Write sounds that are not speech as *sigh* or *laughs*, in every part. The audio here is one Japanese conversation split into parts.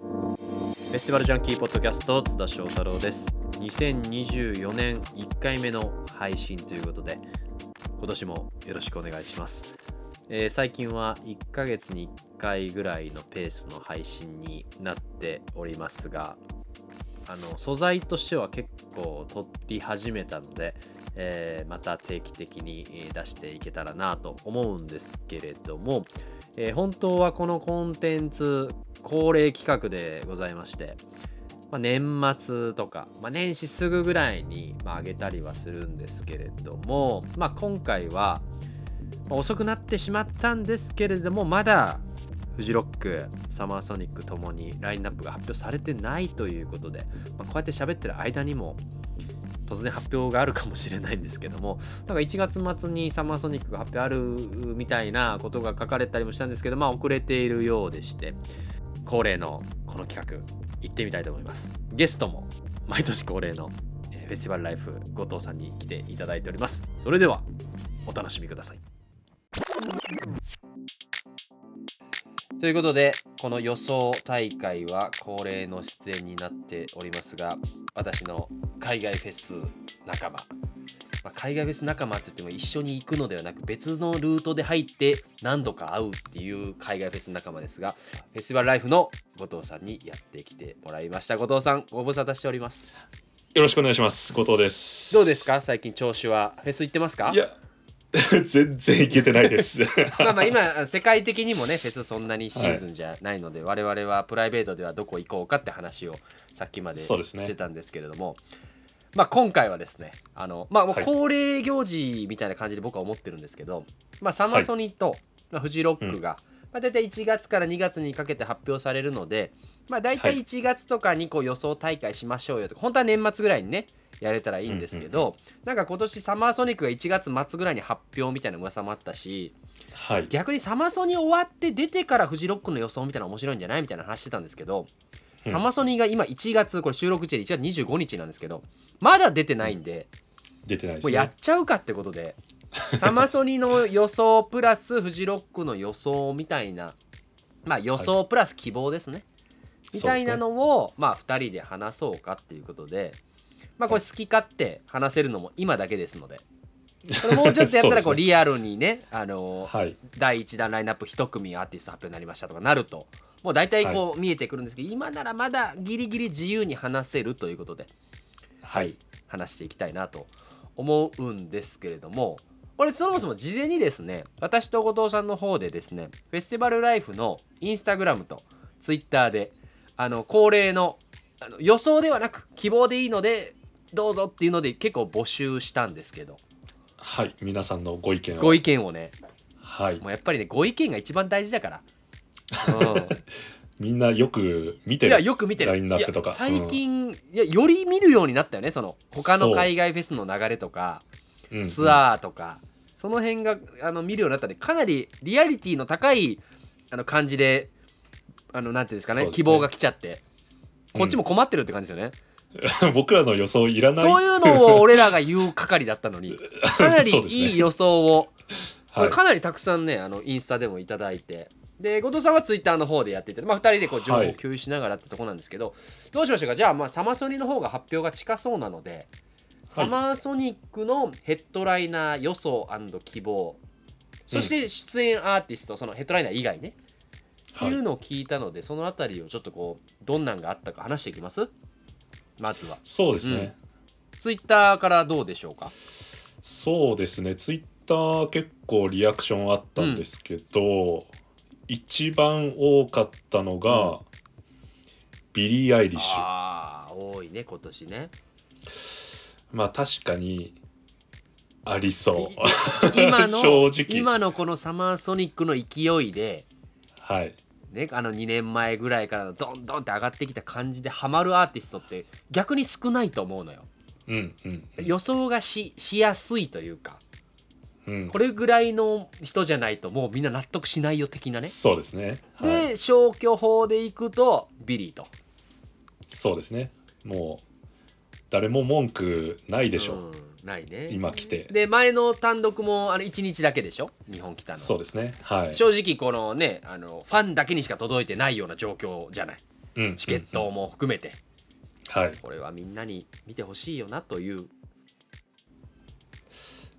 フェスティバルジャンキーポッドキャスト津田翔太郎です2024年1回目の配信ということで今年もよろしくお願いします、えー最近は1ヶ月に1回ぐらいのペースの配信になっておりますがあの素材としては結構撮り始めたので、えーまた定期的にえー出していけたらなと思うんですけれども、えー本当はこのコンテンツ恒例企画でございまして、まあ、年末とか、まあ、年始すぐぐらいに、まあ、上げたりはするんですけれども、まあ、今回はまあ遅くなってしまったんですけれどもまだフジロックサマーソニックともにラインナップが発表されてないということで、まあ、こうやって喋ってる間にも突然発表があるかもしれないんですけどもなんか1月末にサマーソニックが発表あるみたいなことが書かれたりもしたんですけどまあ遅れているようでして恒例のこの企画行ってみたいと思いますゲストも毎年恒例のえーフェスティバルライフ後藤さんに来ていただいておりますそれではお楽しみくださいということでこの予想大会は恒例の出演になっておりますが私の海外フェス仲間、まあ、海外フェス仲間といっても一緒に行くのではなく別のルートで入って何度か会うっていう海外フェス仲間ですがフェスティバルライフの後藤さんにやってきてもらいました後藤さんご無沙汰しておりますよろしくお願いします。後藤です。どうですか最近調子はフェス行ってますかいや、 *laughs* 全然いけてな *laughs* いです。まあまあ今世界的にもねフェスそんなにシーズンじゃないので、我々はプライベートではどこ行こうかって話をさっきまでそうですねしてたんですけれども、まあ今回はですねあのまあもうはい恒例行事みたいな感じで僕は思ってるんですけど、まあサマソニと、まあ、フジロックが、まあ、大体1月から2月にかけて発表されるので、まあ、大体はい1月とかにこう予想大会しましょうよとか本当は年末ぐらいにねやれたらいいんですけど、なんか今年サマーソニックが1月末ぐらいに発表みたいな噂もあったし、はい。逆にサマソニ終わって出てからフジロックの予想みたいなの面白いんじゃないみたいな話してたんですけど、うんサマソニが今1月これ収録時点で1月25日なんですけどまだ出てないんで、出てないです、もうね。やっちゃうかってことでサマソニの予想プラスフジロックの予想みたいなまあ予想プラス希望ですね、みたいなのを、まあ2人で話そうかっていうことでまあこれ好き勝手話せるのも今だけですので。これもうちょっとやったらこそううですリアルにね、あのーはい。第1弾ラインナップ1組アーティスト発表になりましたとかなるともう大体こう見えてくるんですけど、今ならまだギリギリ自由に話せるということで、ははいい。話していきたいなと思うんですけれどもこれそもそも事前にですね私と後藤さんの方でですねフェスティバルライフのインスタグラムとツイッターであの恒例のあの予想ではなく希望でいいのでどうぞっていうので結構募集したんですけどはい。皆さんのご意見を。ご意見をねはいも。うやっぱりねご意見が一番大事だから。うんみんなよく見 *laughs* ていやる。よく見てるラインナップとかいや最近、いやより見るようになったよねその他のそう海外フェスの流れとかうんツアーとか、その辺があの見るようになったんでかなりリアリティの高いあの感じであのなんていうんですかねそうですね希望が来ちゃってうんこっちも困ってるって感じですよね、 *laughs* 僕らの予想いらない。そういうのを俺らが言う係だったの *laughs* にかなりそうですねいい予想を、こはれい。かなりたくさんねあのインスタでもいただいてで後藤さんはツイッターの方でやっていて、まあ、2人でこう情報を共有しながらってとこなんですけど、どうしましょうかじゃあまあサマソニの方が発表が近そうなので、サマーソニックのヘッドライナー予想希望そして出演アーティストそのヘッドライナー以外ね、はいっていうのを聞いたのでそのあたりをちょっとこうどんなんがあったか話していきますまずはそうですね。ツイッターからどうでしょうかそうですね。ツイッター結構リアクションあったんですけど、一番多かったのが、うんビリー・アイリッシュ。ああ多いね今年 *laughs* ねまあ確かにありそう。今の *laughs* 正直今のこのサマーソニックの勢いで、はい。ね、あの2年前ぐらいからのどんどんって上がってきた感じでハマるアーティストって逆に少ないと思うのようんうんうん。予想がししやすいというかうんこれぐらいの人じゃないともうみんな納得しないよ的なねそうですね。で、はい、消去法でいくとビリーとそうですね。もう誰も文句ないでしょう。うんないね今来て。で前の単独もあの1日だけでしょ日本来たのそうですね。はい。正直このねあのファンだけにしか届いてないような状況じゃないうんチケットも含めて、はいこれはみんなに見てほしいよなという、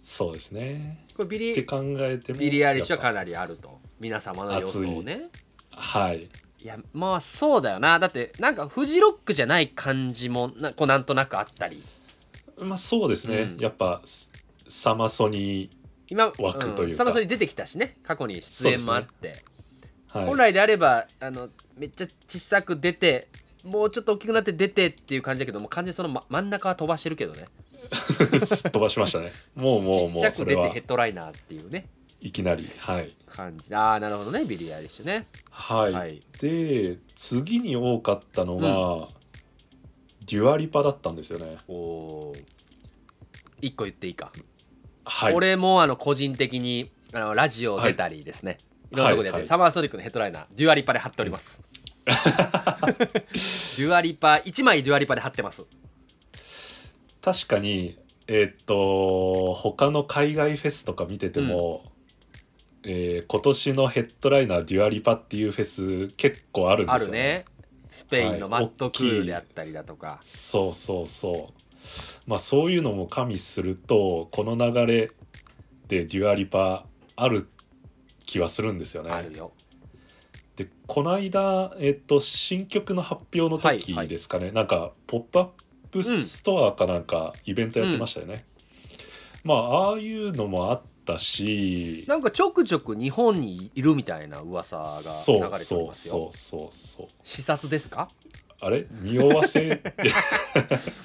そうですねこれビってリ考えてもビリー・アイリッシュはやっかなりあると、皆様の予想ね。ぱはいいや、まあそうだよな。だって、なんかフジロックじゃない感じもな、こうなんとなくあったり、まあそうですね、うんやっぱスサマソニ今、枠というん、かサマソニ出てきたしね、過去に出演もあって。ー、はい、本来であればあのめっちゃ小さく出てもうちょっと大きくなって出てっていう感じだけどもう完全にその、ま、真ん中は飛ばしてるけどねすっ飛ばしましたね。もうもうもちっうちゃそく出れてはヘッドライナーっていうねいきなりはい感じああなるほどねビリー・アイリッシュねはい、はいで次に多かったのが、デュアリパだったんですよね。お1個言っていいか、はい俺もあの個人的にあのラジオ出たりですね、いろんなとこでやってる、はいはいサマーソニックのヘッドライナーデュアリパで貼っております、 *laughs* デュアリパ1枚デュアリパで貼ってます確かにえーっと他の海外フェスとか見てても、えー今年のヘッドライナーデュアリパっていうフェス結構あるんあでするよね。ねスペインのマットクールであったりだとか、そうそうそうまあそういうのも加味するとこの流れでデュアリパある気はするんですよね。あるよでこの間、えっと、新曲の発表の時はいはいですかね、なんか「ポップアップストアかなんかイベントやってましたよね、まあああいうのもあったしなんかちょくちょく日本にいるみたいな噂が流それうておりそまうすよ。そうそうそう視察ですか？あれ匂わせっ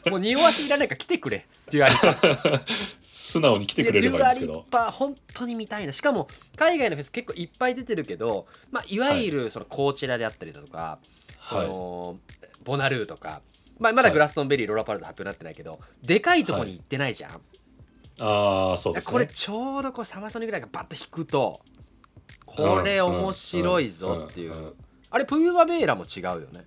てもう匂わせいらないから来てくれ。デュアリパ。素直に来てくれデればいュいんアですけリどパ本当に見たいな。しかも海外のフェス結構いっぱい出てるけど、まあいわゆるそのコーチェラであったりだとか、そはのボナルーとか、まあまだグラストンベリー、ローラパルズ発表になってないけど、でかいとこに行ってないじゃん。いああそうですねこれちょうどこうサマソニぐらいがバッと引くと、これうん面白いぞっていんんう。んあれプーマベーラも違うよね。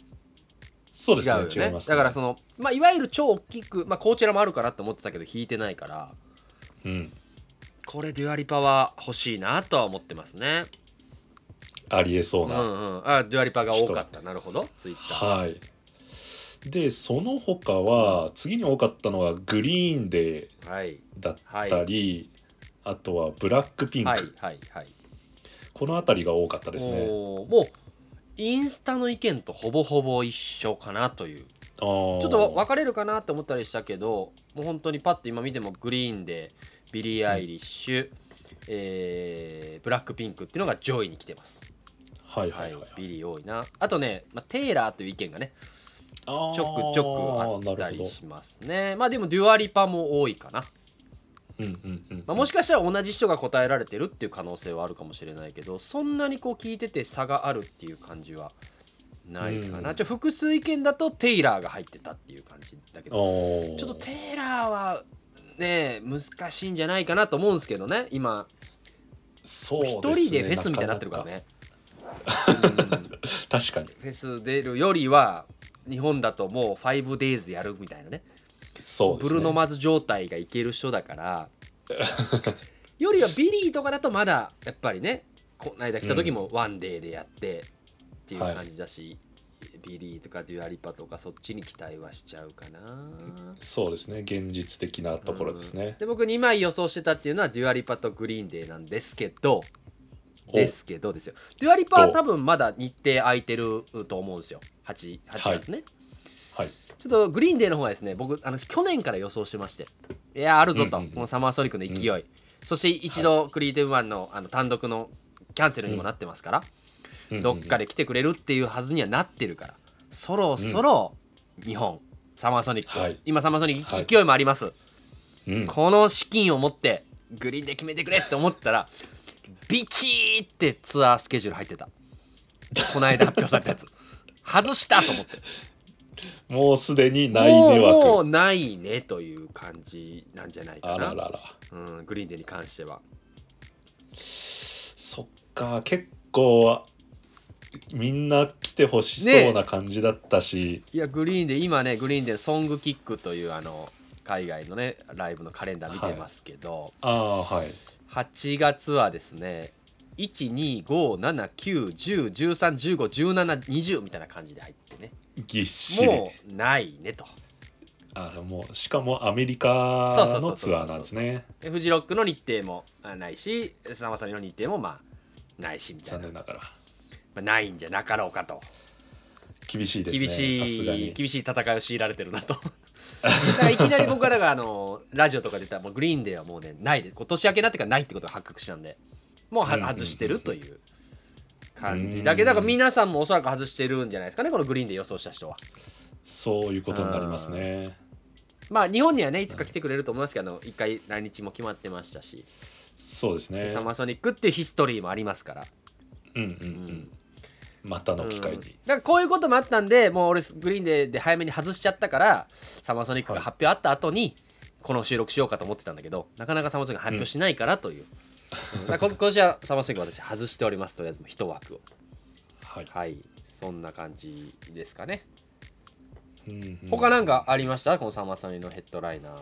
そうですね違うよね違いますだねからその、まあ、いわゆる超大きく、まあ、こちらもあるかなと思ってたけど引いてないからうんこれデュアリパは欲しいなとは思ってますねありえそううんな、うんあデュアリパが多かったなるほどツイッター、はい。でその他は次に多かったのはグリーンデーはい、だったり、あとはブラックピンク、はいはいはいこの辺りが多かったですね。おーもうインスタの意見とほぼほぼ一緒かなというちょちょっと分かれるかなって思ったりしたけどもう本当にパッと今見てもグリーンでビリー・アイリッシュ、えーブラックピンクっていうのが上位に来てますはいははいいはい、、ビリー多いな。あとね、まあ、テイラーという意見がね、ちょちょくちょくあったなるほりどしますね。まあでも、デュアリパも多いかな。うんうんうん。まあ、もしかしたら同じ人が答えられてるっていう可能性はあるかもしれないけど、そんなにこう聞いてて差があるっていう感じはないかな。うんちょ複数意見だとテイラーが入ってたっていう感じだけど、おーちょっとテイラーはね、難しいんじゃないかなと思うんですけどね、今、そう一人でフェスみたいになってるからねね。うんなかなか。確かにフェス出るよりは日本だともう 5days やるみたいなねそうですブね。ルーノ・マーズ状態がいける人だから *laughs* よりはビリーとかだとまだやっぱりねこの間来た時もワンデーでやってっていう感じだし、ビリーとかデュアリパとかそっちに期待はしちゃうかな。そうですね現実的なところですうんね。で僕2枚予想してたっていうのはデュアリパとグリーンデーなんですけどおですけどですよデュアリパは多分まだ日程空いてると思うんですよ 8, 8月ね、はいちょっとグリーンデーの方はですね、僕、あの去年から予想してまして、いや、あるぞと、うんうんうんこのサマーソニックの勢い、そして一度、クリエイティブワンのあの単独のキャンセルにもなってますから、うんうんどっかで来てくれるっていうはずにはなってるから、そろそろ日本、サマーソニック、はい今、サマーソニはッいク勢いもあります、うんこの資金を持って、グリーンで決めてくれって思ったら、ビチーってツアースケジュール入ってた、この間発表されたやつ。 *laughs* 外したと思ってもうすでにない迷もうもう惑。ないねという感じなんじゃないかあなららら。うん、グリーンデーに関してはそっか結構みんな来てほしそうな感じだったし、いやグリーンデー今ねグリーンデーのソングキックというあの海外のねライブのカレンダー見てますけど、ああはい8月はですね125791013151720みたいな感じで入ってねぎっしりもうないねとあもうしかもアメリカのツアーなんですねでフジロックの日程もあないしさんまさんの日程もまあないしみたい残な、念ながらまあないんじゃなかろうかと厳しいですね厳さすがしいに厳しい戦いを強いられてるなとだから *laughs* いきなり僕はだからあのラジオとかで言ったらもうグリーンデーはもうねないでこう年明けになってからないってことが発覚したんでもうはうんうんうん外してるという感うじんだけどだから皆さんもおそらく外してるんじゃないですかねこのグリーンデー予想した人はそういうことになりますねまあ日本にはねいつか来てくれると思いますけどあの一回来日も決まってましたしそうですねサマソニックっていうヒストリーもありますからうんうんううんんまたの機会うんだにからこういうこともあったんでもう俺グリーンデーで早めに外しちゃったからサマーソニックが発表あった後に、この収録しようかと思ってたんだけどなかなかサマーソニックが発表しないから *laughs* という、うんだからこ今年はサマーソニック私外しておりますとりあえずもう一枠をはいはいそんな感じですかねうんうん他なんかありましたこのサマーソニックのヘッドライナー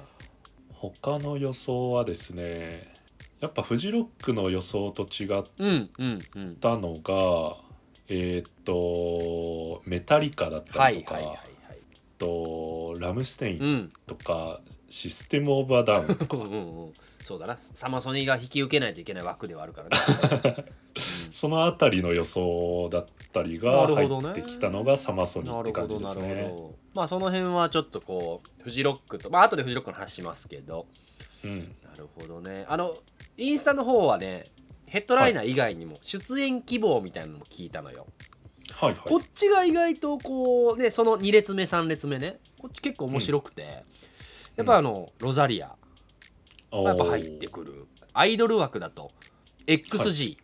他の予想はですねやっぱフジロックの予想と違っうんうんうんたのがえーっとメタリカだったはりいとか、はいはいはいとラムステイうンんとか、システム・オブ・ア・ダウ *laughs* ンうんうんうんそうだなサマーソニーが引き受けないといけない枠ではあるからね *laughs* そのあたりの予想だったりながるほどね入ってきたのがサマソニなってるほ感じどでなするねほ。どまあその辺はちょっとこうフジロックとまあ後でフジロックの話しますけどうん、なるほどねあのインスタの方はねヘッドライナー以外にも出演希望みたいなのも聞いたのよ、はいはい。こっちが意外とこうねその2列目3列目ねこっち結構面白くて、やっぱあの、ロザリアおーやっぱ入ってくるアイドル枠だと XG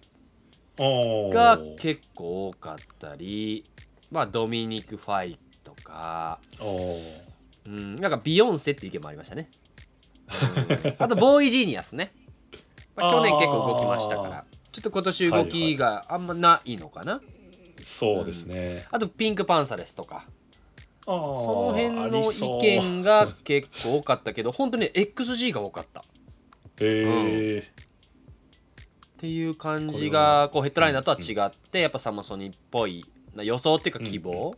おーが結構多かったり、まあドミニク・ファイとかおーうん、なんかビヨンセって意見もありましたね。うん *laughs* あとボーイジーニアスね。まあ、去年結構動きましたからあ、ちょっと今年動きがあんまないのかな。そうですね。あとピンクパンサレスとか、あーその辺あのりそう意見が結構多かったけど、本当に XG が多かったっえーていう感じが、こうヘッドライナーとは違って、やっぱサマソニーっぽいな予想っていうか希望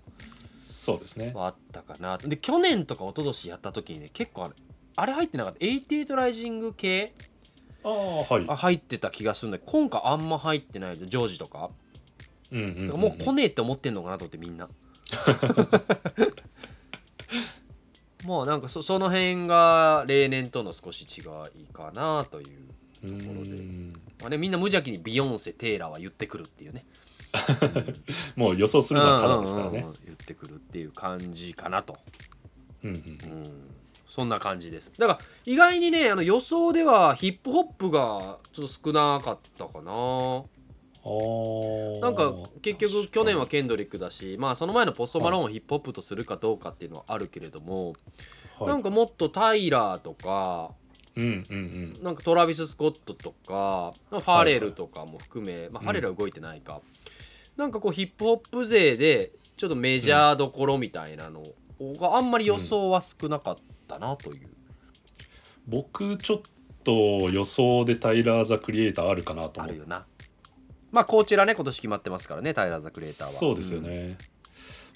そうですね。はあったかな。で、去年とか一昨年やった時にね、結構あれ、あれ入ってなかった。88ライジング系ああはいあ。入ってた気がするんだけど今回あんま入ってないでジョージとかうんうんうんうんもう来ねえって思ってんのかなと思ってみん *laughs* なもうなんかそその辺が例年との少し違いかなという、うーんまあね、みんな無邪気にビヨンセテイラーは言ってくるっていうねもう予想するのはただですからうんうんねう。ん言ってくるっていう感じかなと、うんうんうん、そんな感じですだから意外にねあの予想ではヒップホップがちょっと少なかったかなあーなんか結局去年はケンドリックだしまあその前のポストマローンをヒップホップとするかどうかっていうのはあるけれども、はいなんかもっとタイラーとかうんうんうんなんかトラビス・スコットとかファーレルとかも含め、まあ、うんファレルは動いてないか、なんかこうヒップホップ勢でちょっとメジャーどころみたいなのがあんまり予想は少なかったなという、僕ちょっと予想でタイラー・ザ・クリエイターあるかなとあ思っるてよな。まあこちらね今年決まってますからねタイラー・ザ・クリエイターは。そうですよん、ね、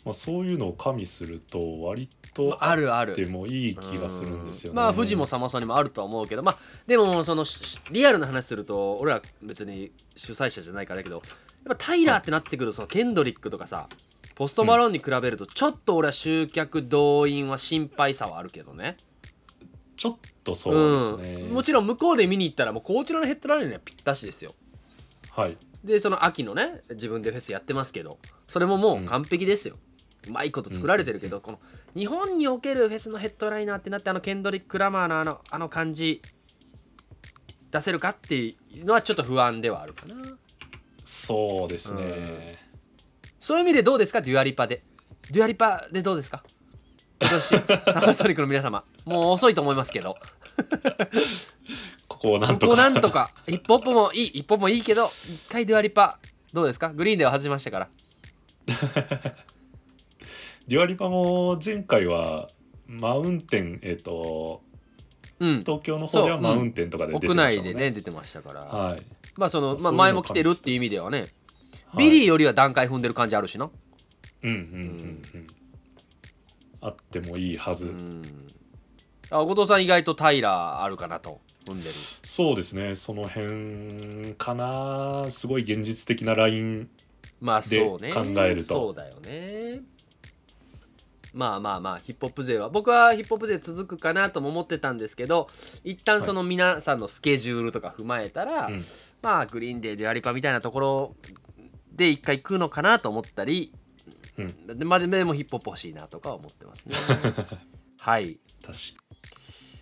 まあ、そういうのを加味すると割とあるあっるてもいい気がするんですよね、うんまあ富士もサマソニもあるとは思うけどまあでもそのしリアルな話すると俺ら別に主催者じゃないからだけどやっぱタイラーってなってくるとそのケンドリックとかさポストマローンに比べるとちょっと俺は集客動員は心配さはあるけどねちょっとそうですね、ん、もちろん向こうで見に行ったらもうこちらのヘッドラインにはぴったしですよはいでその秋のね自分でフェスやってますけどそれももう完璧ですよ、うまいこと作られてるけど、この日本におけるフェスのヘッドライナーってなってあのケンドリック・ラマーのあのあの感じ出せるかっていうのはちょっと不安ではあるかなそうですね、そういう意味でどうですかデュアリパでデュアリパでどうですかよしサマーソニックの皆様もう遅いと思いますけどここをなんことこなかんとか一歩歩もいい一歩もいいけど一回デュアリパどうですかグリーンでは外しましたからデュアリパも前回はマウンテンえっ、とうん東京の方ではそうマウンテンとかで出て屋まし内たもんね,、でね出てましたから、はい、まあその、まそあ、ういうの前も来てるっていう意味ではね、はいビリーよりは段階踏んでる感じあるしな、うんうんうんうんあってもいいはず、うんあ後藤さん意外とタイラーあるかなと踏んでるそうですねその辺かなすごい現実的なラインまあそうねで考えるとそうだよねまあまあまあヒップホップ勢は僕はヒップホップ勢続くかなとも思ってたんですけど一旦その皆さんのスケジュールとか踏まえたら、うんまあグリーンデーデュアリパみたいなところで一回食うのかなと思ったり、うでまあでもヒップホップ欲しいなとか思ってます *laughs* ねはい確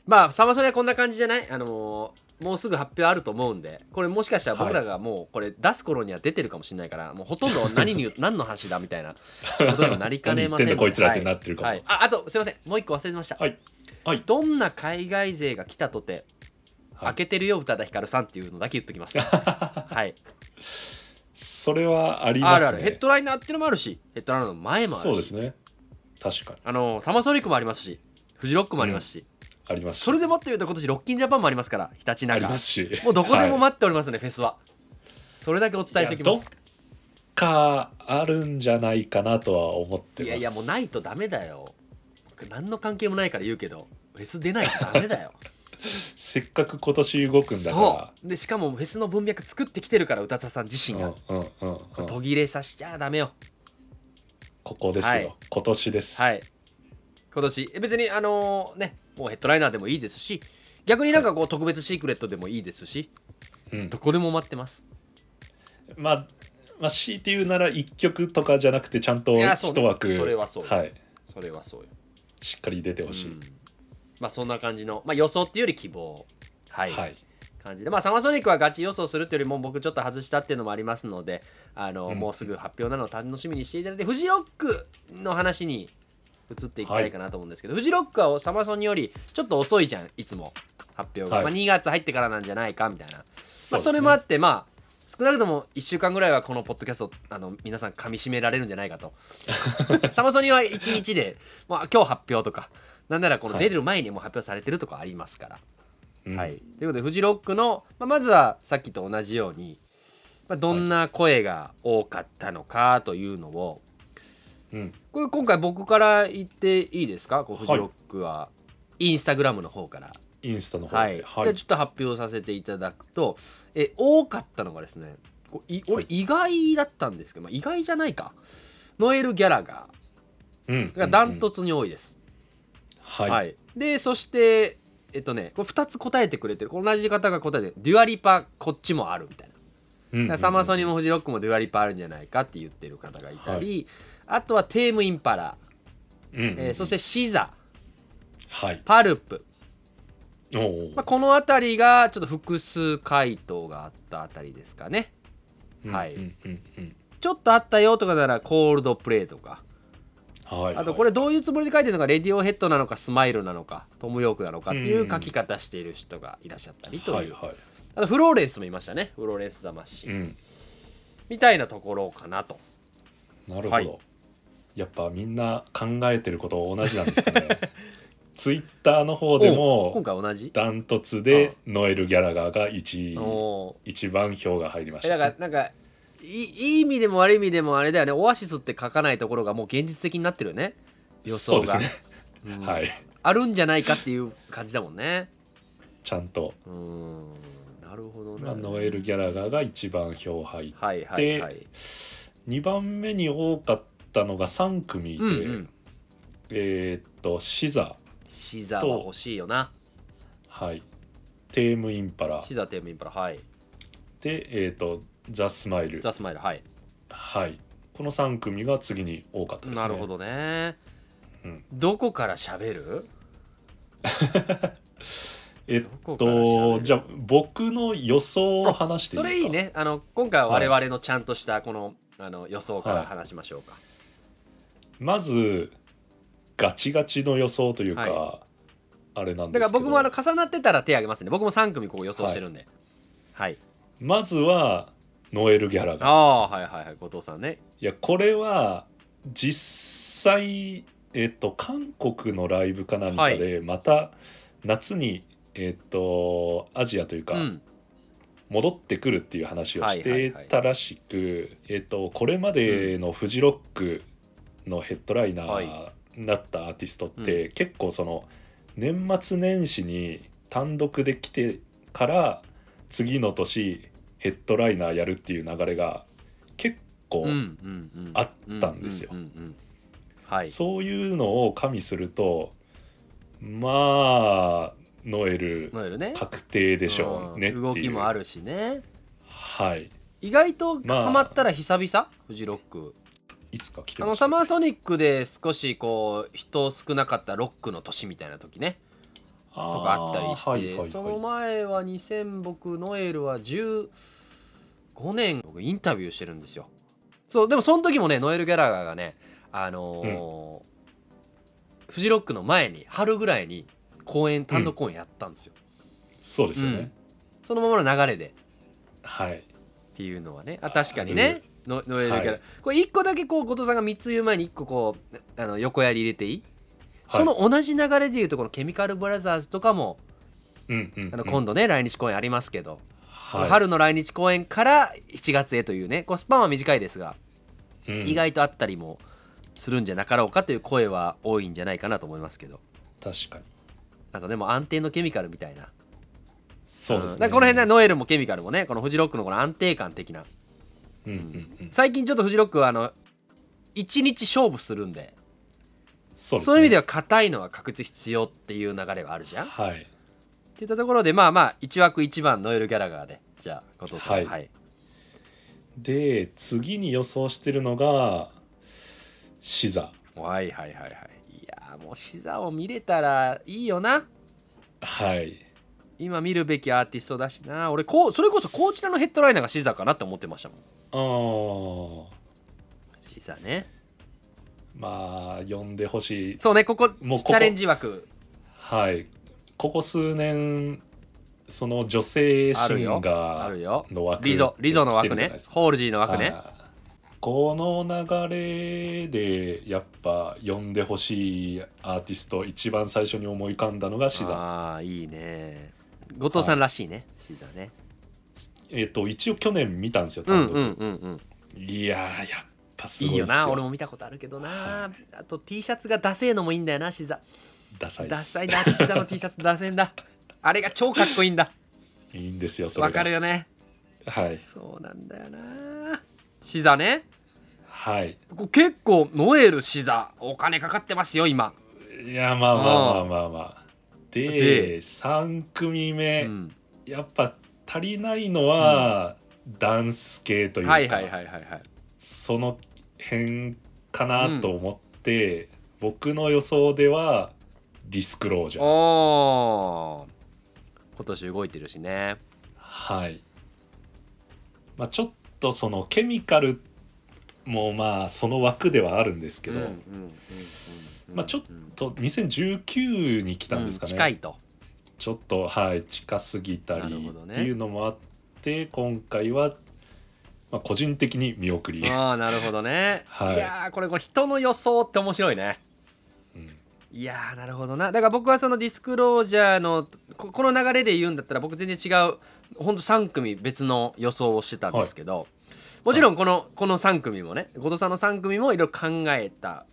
まあサマソニはこんな感じじゃないあのーもうすぐ発表あると思うんでこれもしかしたら僕らがもうこれ出す頃には出てるかもしれないから、もうほとんど何 *laughs* に何の話だみたいなことにもなりかねませんので何言ってんだこいつらってなってるかもはいはいああとすいませんもう一個忘れてました、はいはいどんな海外勢が来たとて、はい開けてるよ宇多田ヒカルさんっていうのだけ言っときます *laughs* はいそれはありまあるすねあるヘッドライナーっていうのもあるしヘッドライナーの前もあるしそうですね確かにあのーサマソニックもありますしフジロックもありますし、ありますそれでもっていうと今年ロッキンジャパンもありますからひたちなあかりますしもうどこでもはい待っておりますね、フェスは。それだけお伝えしておきます。かあるんじゃないかなとは思っていますやいや、もうないとダメだよ。僕何の関係もないから言うけど、フェス出ないとダメだ *laughs* よ。せっかく今年動くんだそかう。で、しかもフェスの文脈作ってきてるから、歌田さん自ら身が。うんうんうんうんこれ途切れさせちゃダメよ。ここですよ、はい今年です、はい。今年、え別にあのね、もうヘッドライナーでもいいですし、逆になんかこう特別シークレットでもいいですし、うんどこでも待ってます。まあまあ強いて言うなら1曲とかじゃなくてちゃんといやそうね一枠それはそうはい、それはそうよ。しっかり出てほしうんい、まあそんな感じの、まあ予想っていうより希望。はい。はい感じで、まあ、サマソニックはガチ予想するというよりも僕ちょっと外したっていうのもありますのであの、うんもうすぐ発表なのを楽しみにしていただいてフジロックの話に移っていきたいかなと思うんですけど、フジロックはサマソニよりちょっと遅いじゃんいつも発表が、はいまあ、2月入ってからなんじゃないかみたいなそまあ、うですそねれもあってまあ少なくとも1週間ぐらいはこのポッドキャストあの皆さん噛み締められるんじゃないか *laughs* とサマソニは1日で、まあ、今日発表とかなんならこの出る前にもう発表されてるとかありますから、うんはい、ということでフジロックの、まあ、まずはさっきと同じように、まあ、どんな声が多かったのかというのを、うんこれ今回僕から言っていいですかこうフジロックはインスタグラムの方から、インスタの方はでいはいじゃあちょっと発表させていただくとえ多かったのがですねこういは俺い意外だったんですけど、まあ、意外じゃないかノエル・ギャラガうんーがダントツに多いです。はい、はいでそしてえっとねこれ2つ答えてくれてる同じ方が答えてるデュアリパこっちもあるみたいなだかうんうんうらんサマソニもフジロックもデュアリパあるんじゃないかって言ってる方がいたり、あとはテームインパラ、うんうんうんえーそしてシザはいパルプ、おお、まあ、この辺りがちょっと複数回答があった辺りですかねはいうんうんうんちょっとあったよとかならコールドプレイとかはいあとこれれどういうつもりで書いてるのかレディオヘッドなのかスマイルなのかトムヨークなのかっていう書き方している人がいらっしゃったりという、はいはいあとフローレンスもいましたね。フローレンス魂、うんみたいなところかなと。なるほど、はいやっぱみんな考えてること同じなんです *laughs* かねツイッターの方でお今も回同じ。ダントツでノエル・ギャラガーが1位おー一番票が入りましえただね、からなんかいいい意味でも悪い意味でもあれだよね。オアシスって書かないところがもう現実的になってるよね。予想が、そうですうんはいあるんじゃないかっていう感じだもんね。ちゃんと、うーん。なるほどね。まあ、ノエル・ギャラガーが一番票入ってはいはいはい。 2番目に多かったのが3組いて、うんうん。えーっとシザシザーは欲しいよな。はいテーム・インパラシザーテームインパラはい。でえーっとザ・スマイルザスマイルはい。はいこの3組が次に多かったですねなるほどね。うんどこから喋る？えどこっから調べとるじゃあ僕の予想を話していいそですかれいいねあの今回は我々のちゃんとしたこの,、あの予想から話しましょうか、まずガチガチの予想というか、はあれなんでだすからけど僕もあの重なってたら手挙げますね僕も3組ここ予想してるんではい、まずはノエル・ギャラあがあはいはいはい後藤さんねいやこれは実際えっと韓国のライブか何かでまた夏にえっとアジアというか、うん戻ってくるっていう話をしはいはいてはいたらしく、えっとこれまでのフジロックのヘッドライナはーになったアーティストって、結構その年末年始に単独で来てから次の年ヘッドライナーやるっていう流れが結構、うんうんうんあったんですようううんうんはいそういうのを加味するとまあノエルノエルね確定でしょうねってんいう。動きもあるしねはい意外とまあハマったら久々フジロックいつか来てあまのしたサマーソニックで少しこう人少なかったロックの年みたいな時ねあーとかあったりして、はいはいはい、その前は2000僕ノエルは15年僕インタビューしてるんですよそうでもその時もねノエル・ギャラガーがねあのーフジロックの前に春ぐらいに公演単独公演やったんですよ、そうですよね、うんそのままの流れではいっていうのはねあ確かにねノノエルギャラ、はいこれ1個だけこう後藤さんが3つ言う前に1個こうあの横やり入れていい、はそいの同じ流れでいうとこのケミカルブラザーズとかもうんうんうん、あの今度ね、来日公演ありますけど、はい、春の来日公演から7月へというねこうスパンは短いですが、うん意外とあったりもするんじゃなかろうかという声は多いんじゃないかなと思いますけど確かにあとねもう安定のケミカルみたいなそうですね、んだからこの辺ねノエルもケミカルもねこのフジロックのこの安定感的なうんうんうん、最近ちょっとフジロックはあの1日勝負するんでそうですねそういう意味では硬いのは確実必要っていう流れはあるじゃん。っはいていったところでまあまあ1枠1番ノエル・ギャラガーでじゃあ後藤さんはいはい、で次に予想してるのがシザはいはいはいはいいやーもうシザを見れたらいいよなはい今見るべきアーティストだしな俺こうそれこそこちらのヘッドライナーがシザかなって思ってましたもんあーシザねまあ呼んでほしいそうねここもうここチャレンジ枠はいここ数年その女性シあるよンガあるーよの枠リゾリゾの来枠てるじゃねないですかホールジーの枠ねあーこの流れでやっぱ呼んでほしいアーティスト一番最初に思い浮かんだのがシザ、ああいいね後藤さんらしいね、シザねえっと一応去年見たんですようん単独、うんうんうんいやーやっぱすいごいいでよすよな俺も見たことあるけどなはあと T シャツがダセえのもいいんだよなシザダサいでダすサいなシザの T シャツダセえんだあれが超かっこいいんだいいんですよ *laughs* それわがかるよねはいそうなんだよなシザねはいこれ結構ノエルシザお金かかってますよ今、いやまあまあまあまあまあでで三3組う目、ん、やっぱ足りないのは、ダンス系というか、はいはいはいはいはいその辺かなと思って、僕の予想ではディスクロージャーおー今年動いてるしねはい、まあ、ちょっとそのケミカルもまあその枠ではあるんですけど、まあちょっと2019に来たんですかね、うん近いとちょっとはい近すぎたなるほりどっねていうのもあって、今回は、まあ、個人的に見送り、ああなるほどね、はいいやーこれこれ人の予想って面白いねうんいやーなるほどなだから僕はそのディスクロージャーのここの流れで言うんだったら僕全然違うほんと3組別の予想をしてたんですけど、もちろんこのこの3組もね後藤さんの3組もいろいろ考えた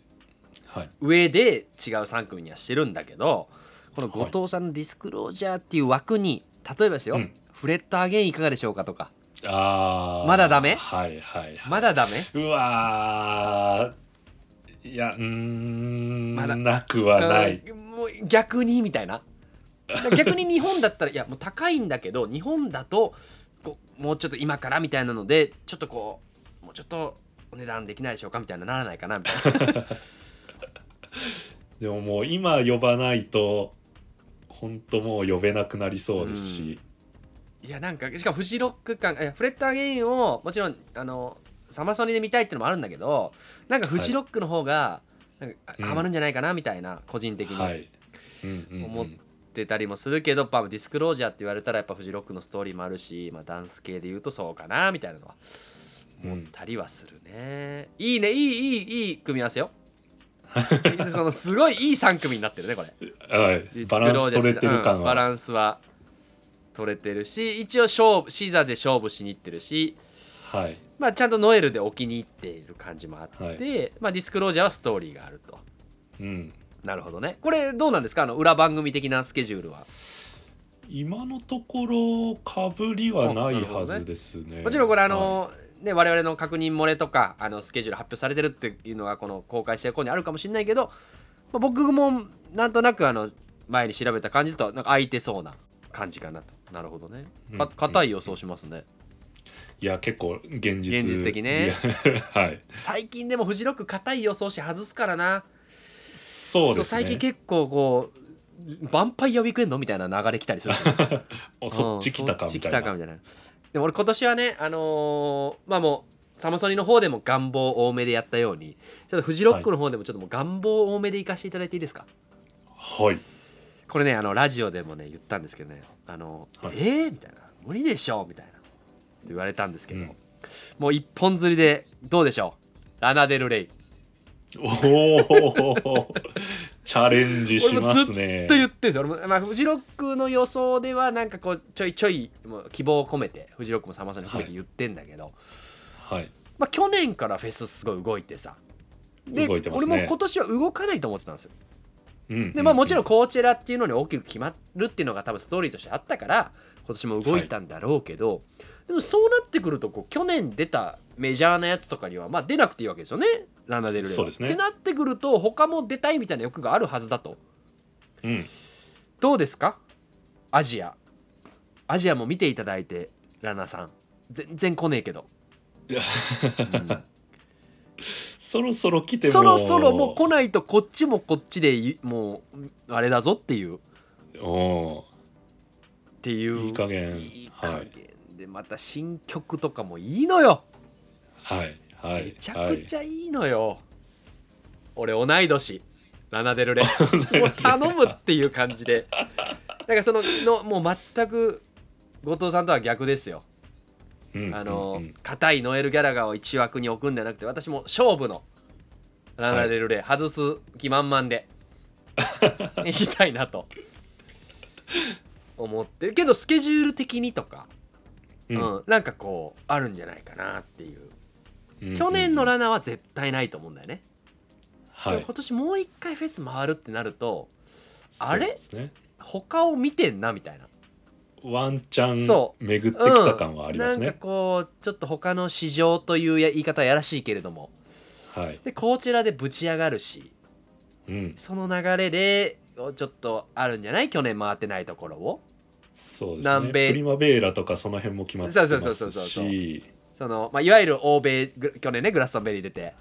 はい、上で違う3組にはしてるんだけどこの後藤さんのディスクロージャーっていう枠に例えばですよ、うんフレットアゲインいかがでしょうかとかあーまだダメはいはいはいまだダメうわーいやうーん、まだなくはない、うんもう逆にみたいな逆に日本だったらいやもう高いんだけど日本だとこうもうちょっと今からみたいなのでちょっとこうもうちょっとお値段できないでしょうかみたいなならないかなみたいなでももう今呼ばないと本当もう呼べなくなりそうですし、いやなんかしかもフジロック感えフレットアゲインをもちろんあのサマソニで見たいってのもあるんだけどなんかフジロックの方がなんかあうんハマるんじゃないかなみたいな、個人的には言い、うんうんうん思ってたりもするけど、まあディスクロージャーって言われたらやっぱフジロックのストーリーもあるし、まあ、ダンス系で言うとそうかなみたいなのはうん *laughs* たりはするねいいねいいいいいい組み合わせよそのすごいいい3組になってるねこれはい、バランス取れてるう感んバは、ランスは取れてるし一応勝負シーザーで勝負しにいってるし、はいまあ、ちゃんとノエルで置きにいっている感じもあって、はいまあ、ディスクロージャーはストーリーがあるとうん、なるほどねこれどうなんですかあの裏番組的なスケジュールは今のところかぶりはないはずですねもちろんこれあはいの、ね、我々の確認漏れとかあのスケジュール発表されてるっていうのがこの公開してる頃にあるかもしれないけど、まあ、僕もなんとなくあの前に調べた感じだとなんか空いてそうな感じかなとなるほどねかうん硬い予想しますね、いや結構現実現実的ね *laughs* はい最近でもフジロック硬い予想し外すからなそうですね最近結構こうヴァンパイアウィークエンドみたいな流れ来たりするしねお *laughs* そっち来たかうんそっち来みたいたなかみたいなでも俺今年はねあのーまあもうサマソニの方でも願望多めでやったようにちょっとフジロックの方でもちょっともう願望多めでいかせていただいていいですか、はいこれねあのラジオでもね言ったんですけどね「あのはいえー?」みたいな「無理でしょ」みたいなって言われたんですけど、うんもう一本釣りでどうでしょうラナデルレイおお *laughs* チャレンジしますねと言ってんですよ俺も、まあ、フジロックの予想ではなんかこうちょいちょいもう希望を込めてフジロックもさまさに込めて言ってんだけど、はいまあ、去年からフェスすごい動いてさで動いてますね俺も今年は動かないと思ってたんですようんで、まあ、もちろんうコーチェラっていうのに大きく決まるっていうのが多分ストーリーとしてあったから今年も動いたんだろうけど、でもそうなってくるとこう去年出たメジャーなやつとかにはまあ出なくていいわけですよねランナーデルレイはそうですねってなってくると他も出たいみたいな欲があるはずだとんうんどうですかアジアアジアも見ていただいてラナさん全然来ねえけど、いやうんそろそろ来てもそろそろもう来ないとこっちもこっちでいもうあれだぞっていうっおていういい加減いい加減はいでまた新曲とかもいいのよ、ーはいはいめちゃくちゃいいのよ、俺同い年ラナデ *laughs* ルレもう頼むっていう感じでなんかそののもう全く後藤さんとは逆ですよはいうんあのうんうん硬いノエル・ギャラガーを1枠に置くんじゃなくて私も勝負のランナーレルレイ、外す気満々 *laughs* でいきたいなと思ってるけどスケジュール的にとか、ううんんなんかこうあるんじゃないかなっていう、うん去年のランナーは絶対ないと思うんだよね、はでもい今年もう一回フェス回るってなるとあれそうですね他を見てんなみたいなワンチャンそ巡ってきた感はありまなすんねかこうちょっと他の市場というや言い方はやらしいけれどもはいでこちらでぶち上がるしうんその流れでちょっとあるんじゃない去年回ってないところをそうですね南米プリマベーラとかその辺も決まってそまうそうそうそうすそうしその、まあ、いわゆる欧米グ去年ねグラストンベリー出て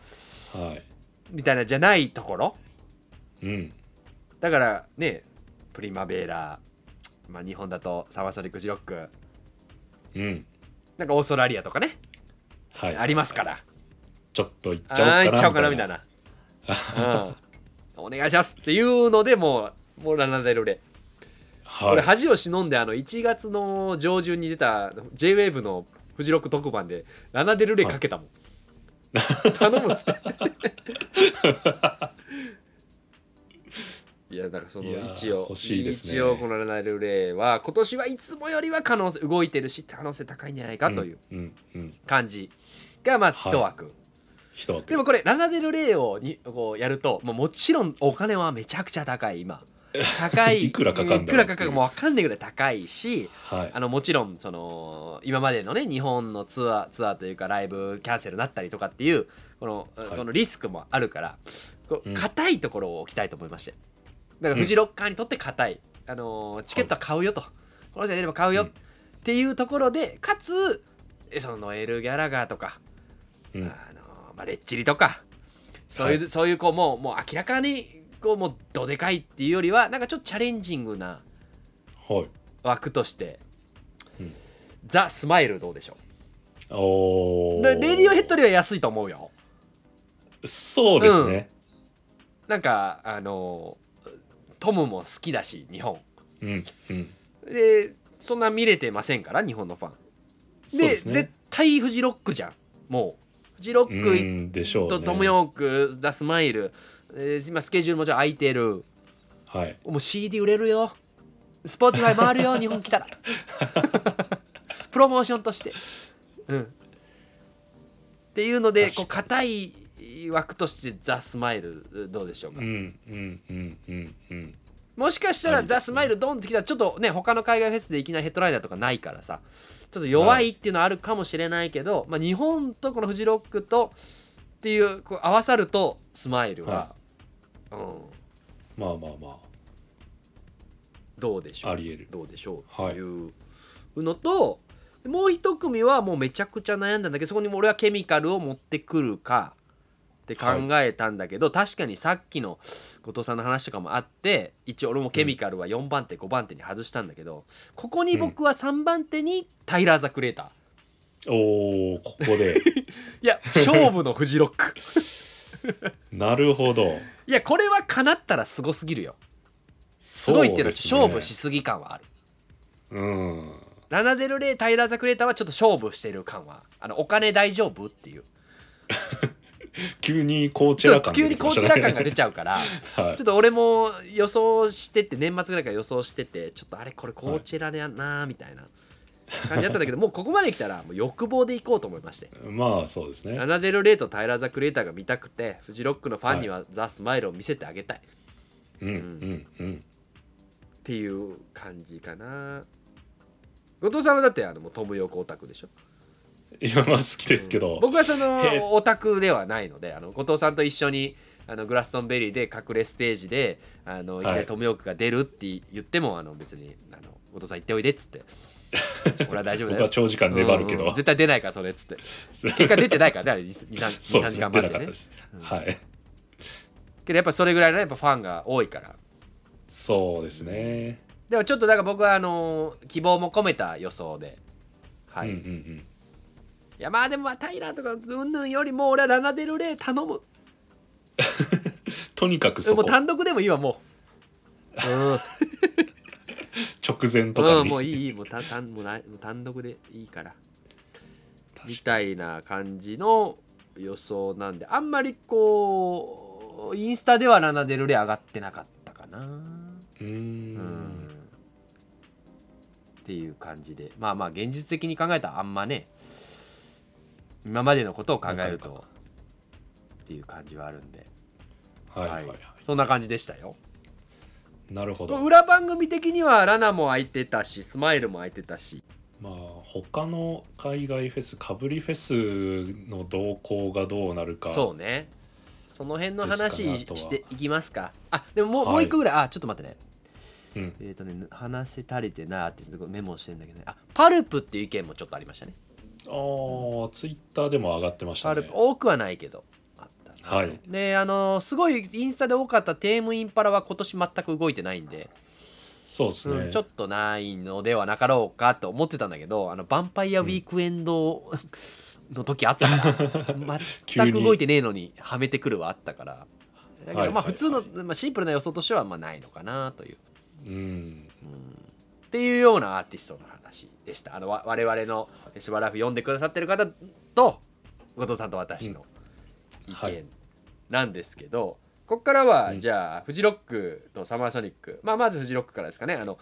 はいみたいなじゃないところうんだからねプリマベーラ、まあ、日本だとサマソニックフジロックうんなんかオーストラリアとかね、はいありますからちょっと行っあちゃおーう行っちゃおうかかななみみたたいいなな、うん、お願いしますっていうのでもうもうラナデルレはい俺恥を忍んであの1月の上旬に出た JWAVE のフジロック特番でラナデルレイかけたもん、頼むっつって *laughs* いやだからそいやのー一応欲しいですね一応このラナデルレイは今年はいつもよりは可能性動いてるし可能性高いんじゃないかといううんうん感じがまず一枠、一枠でもこれラナデルレイをにこうやるともうもちろんお金はめちゃくちゃ高い *laughs* 今高いいくらかかんだろういくらかかるかもう分かんないぐらい高いしはいあのもちろんその今までのね日本のツアーツアーというかライブキャンセルになったりとかっていうこの,、いこのリスクもあるからこううん硬いところを置きたいと思いましてだからフジロッカーにとって硬い、あのーチケットは買うよと、この人が出れば買うようんっていうところでかつえそのノエル・ギャラガーとか、うんあのーまあ、レッチリとかそういう、はそういうこうもうもう明らかにこうもうどでかいっていうよりはなんかちょっとチャレンジングなはい枠として、うんザ・スマイルどうでしょおうおレレディオヘッドよりは安いと思うよそうですねなんかあのートムも好きだし日本うんうんでそんな見れてませんから日本のファンでそうですね絶対フジロックじゃんもうジロうックいんでしょうねとトム・ヨーク、ザ・スマイル、えー今スケジュールもじゃあ空いてる。はいもう CD 売れるよ。スポーティファイ回 *laughs* るよ、日本来たら。プロモーションとして。うん。っていうので、確かこうに硬い枠としてザ・スマイルどうでしょうかう。んうんうんうんうんもしかしたあらりですねザ・スマイルドンってきたらちょっとね他の海外フェスでいきなりヘッドライナーとかないからさちょっと弱いっていうのはあるかもしれないけど、まあ、日本とこのフジロックとっていうこう合わさるとスマイルは、うん、まあまあまどうでしょああうりえるどうでしょうはいというのと、もう一組はもうめちゃくちゃ悩んだんだけどそこに俺はケミカルを持ってくるかって考えたんだけど、確かにさっきの後藤さんの話とかもあって一応俺もケミカルは4番手、5番手に外したんだけどここに僕は3番手にタイラー・ザ・クレーター。あおーここ *laughs* でいや勝負のフジロックなるほどいやこれはかなったらすごすぎるよすごいっていうのは勝負しすぎ感はあるうんラナデルレイタイラー・ザ・クレーターはちょっと勝負してる感はあのお金大丈夫っていう急にコーちチェょラっと感急にこちら感が出出ちゃうからてきましたね *laughs* はいちょっと俺も予想してって年末ぐらいから予想しててちょっとあれこれこちらやなーみたいな感じだったんだけどもうここまで来たらもう欲望でいこうと思いましてまあそうですねラナデルレイとタイラー・ザ・クレーターが見たくてフジロックのファンにはザ・スマイルを見せてあげたいうんうんうんっていう感じかな後藤さんはだってあのもうトム・ヨークオタクでしょいやまあ好きですけど、僕はそのへえオタクではないのであの後藤さんと一緒にあのグラストンベリーで隠れステージであのはいいきなり富岡が出るって言っても、あの別にあの後藤さん行っておいでっつって *laughs* 俺は大丈夫だ僕よは長時間粘るけど、うんうん絶対出ないからそれっつって結果出てないからね *laughs* そ23うです時ね間待出なっかてったねです、うんはいけどやっぱそれぐらいのやっぱファンが多いからそうですねでもちょっとだから僕はあの希望も込めた予想ではい、うんういんやまあでもまあタイラーとかうんぬんよりも俺はラナデルレイ頼むうんとにかくそもこう単独でもいいわもう、うん直前とかうん、に、もういいいいもうたたんもうないもう単独でいいから確みかたいな感じの予想なんであんまりこうインスタではラナデルレイ上がってなかったかなにううんんっていう感じでまあまあ現実的に考えたらあんまね今までのことを考えるなかなとかっていう感じはあるんで、はいはいはい、そんな感じでしたよなるほど裏番組的にはラナも空いてたしスマイルも空いてたしまあ他の海外フェスかぶりフェスの動向がどうなるかそうねその辺の話ですかねあとはしていきますかあでももう,、もはうい一個ぐらいあちょっと待ってねうんえっ、とね話せ足りてないってちょっとメモしてんだけどねあパルプっていう意見もちょっとありましたねああツイッターでも上がってましパたルプね多くはないけどあったなはいであのすごいインスタで多かったテームインパラは今年全く動いてないんで、そうですね、うんちょっとないのではなかろうかと思ってたんだけどあのヴァンパイアウィークエンド *laughs* の時あったから、 *laughs* 急全にく動いてねえのにはめてくるはあったからだけはいどまあはい普通の、はいまあ、シンプルな予想としてはまあないのかなという、うんうんっていうようなアーティストの話でしたあのわ我々のしばらく読んでくださってる方と後藤さんと私のうん意はい見なんですけど、ここからはうんじゃあフジロックとサマーソニック、まあ、まずフジロックからですかねあの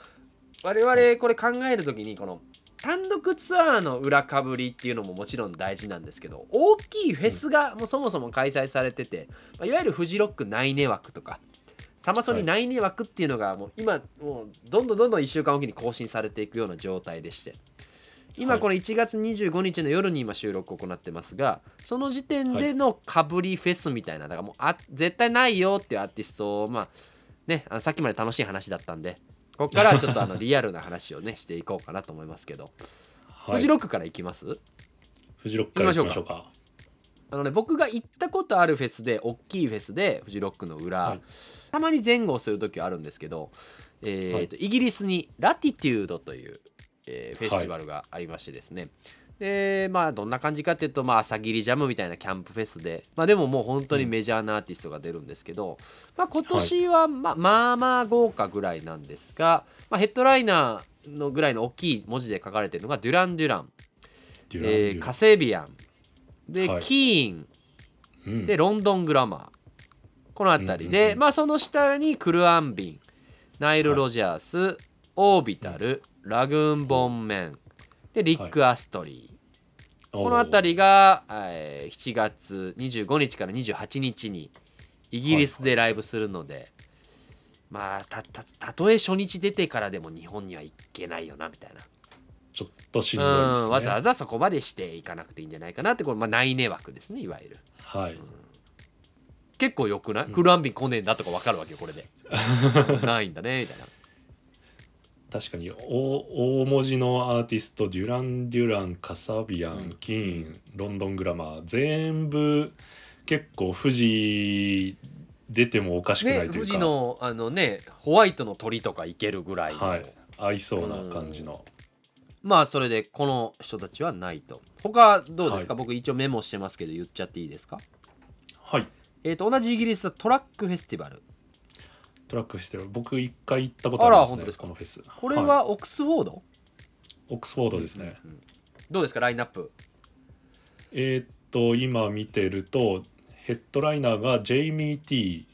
我々これ考える時にこの単独ツアーの裏かぶりっていうのももちろん大事なんですけど大きいフェスがもうそもそも開催されてて、まあいわゆるフジロック内根枠とかサマソニ内根枠っていうのがもう今もうどんどんどんどん1週間おきに更新されていくような状態でしては今いこの1月25日の夜に今収録を行ってますがその時点はでのかぶりフェスみたいなだからもうあ絶対ないよっていうアーティストをまあねあのさっきまで楽しい話だったんでここからはちょっとあ *laughs* のリアルな話をねしていこうかなと思いますけど、はいフジロックからいきますフジロックからいきましょうかあのね僕が行ったことあるフェスで大きいフェスでフジロックの裏、はいたまに前後する時はあるんですけど、えーはいとイギリスにラティテュードという、えーフェスティバルがありましてですね、でまあどんな感じかっていうと、まあ、朝霧ジャムみたいなキャンプフェスで、まあ、でももう本当にメジャーなアーティストが出るんですけど、まあ、今年はま,、まあまあ豪華ぐらいなんですが、まあ、ヘッドライナーのぐらいの大きい文字で書かれてるのがデュラン・デュランデュランえーデュラカセビアン、で、はいキーンうんでロンドングラマーこの辺りで、うんうんうんまあその下にクルアンビンナイル・ロジャース、オービタルラグーン・ボンメンでリック・アストリー、この辺りが、えー7月25日から28日にイギリスでライブするので、まあたたたとえ初日出てからでも日本には行けないよなみたいなちょっとしんうどいですねんわざわざそこまでしていかなくていいんじゃないかなってこれ、まあ、内根枠ですねいわゆるはい結構よくない、うんクルアンビン来ねえんだとか分かるわけよこれ *laughs* でないんだねみたいな確かに大大文字のアーティストデュラン・デュランカサビアン、うんキーンロンドン・グラマー全部結構富士出てもおかしくねないとい富う士か、のあのねホワイトの鳥とかいけるぐらいの、はい、合いそうな感じの、まあそれでこの人たちはないと他どうですか、は僕一応メモしてますけど言っちゃっていいですかはいえっ、と同じイギリストラックフェスティバルトラックフェスティバル僕一回行ったことありますあら本当ねですかこのフェスこれいはオックスフォード、オックスフォードですね、うんうんどうですかラインナップえーっと今見てるとヘッドライナーがジェイミー・ティー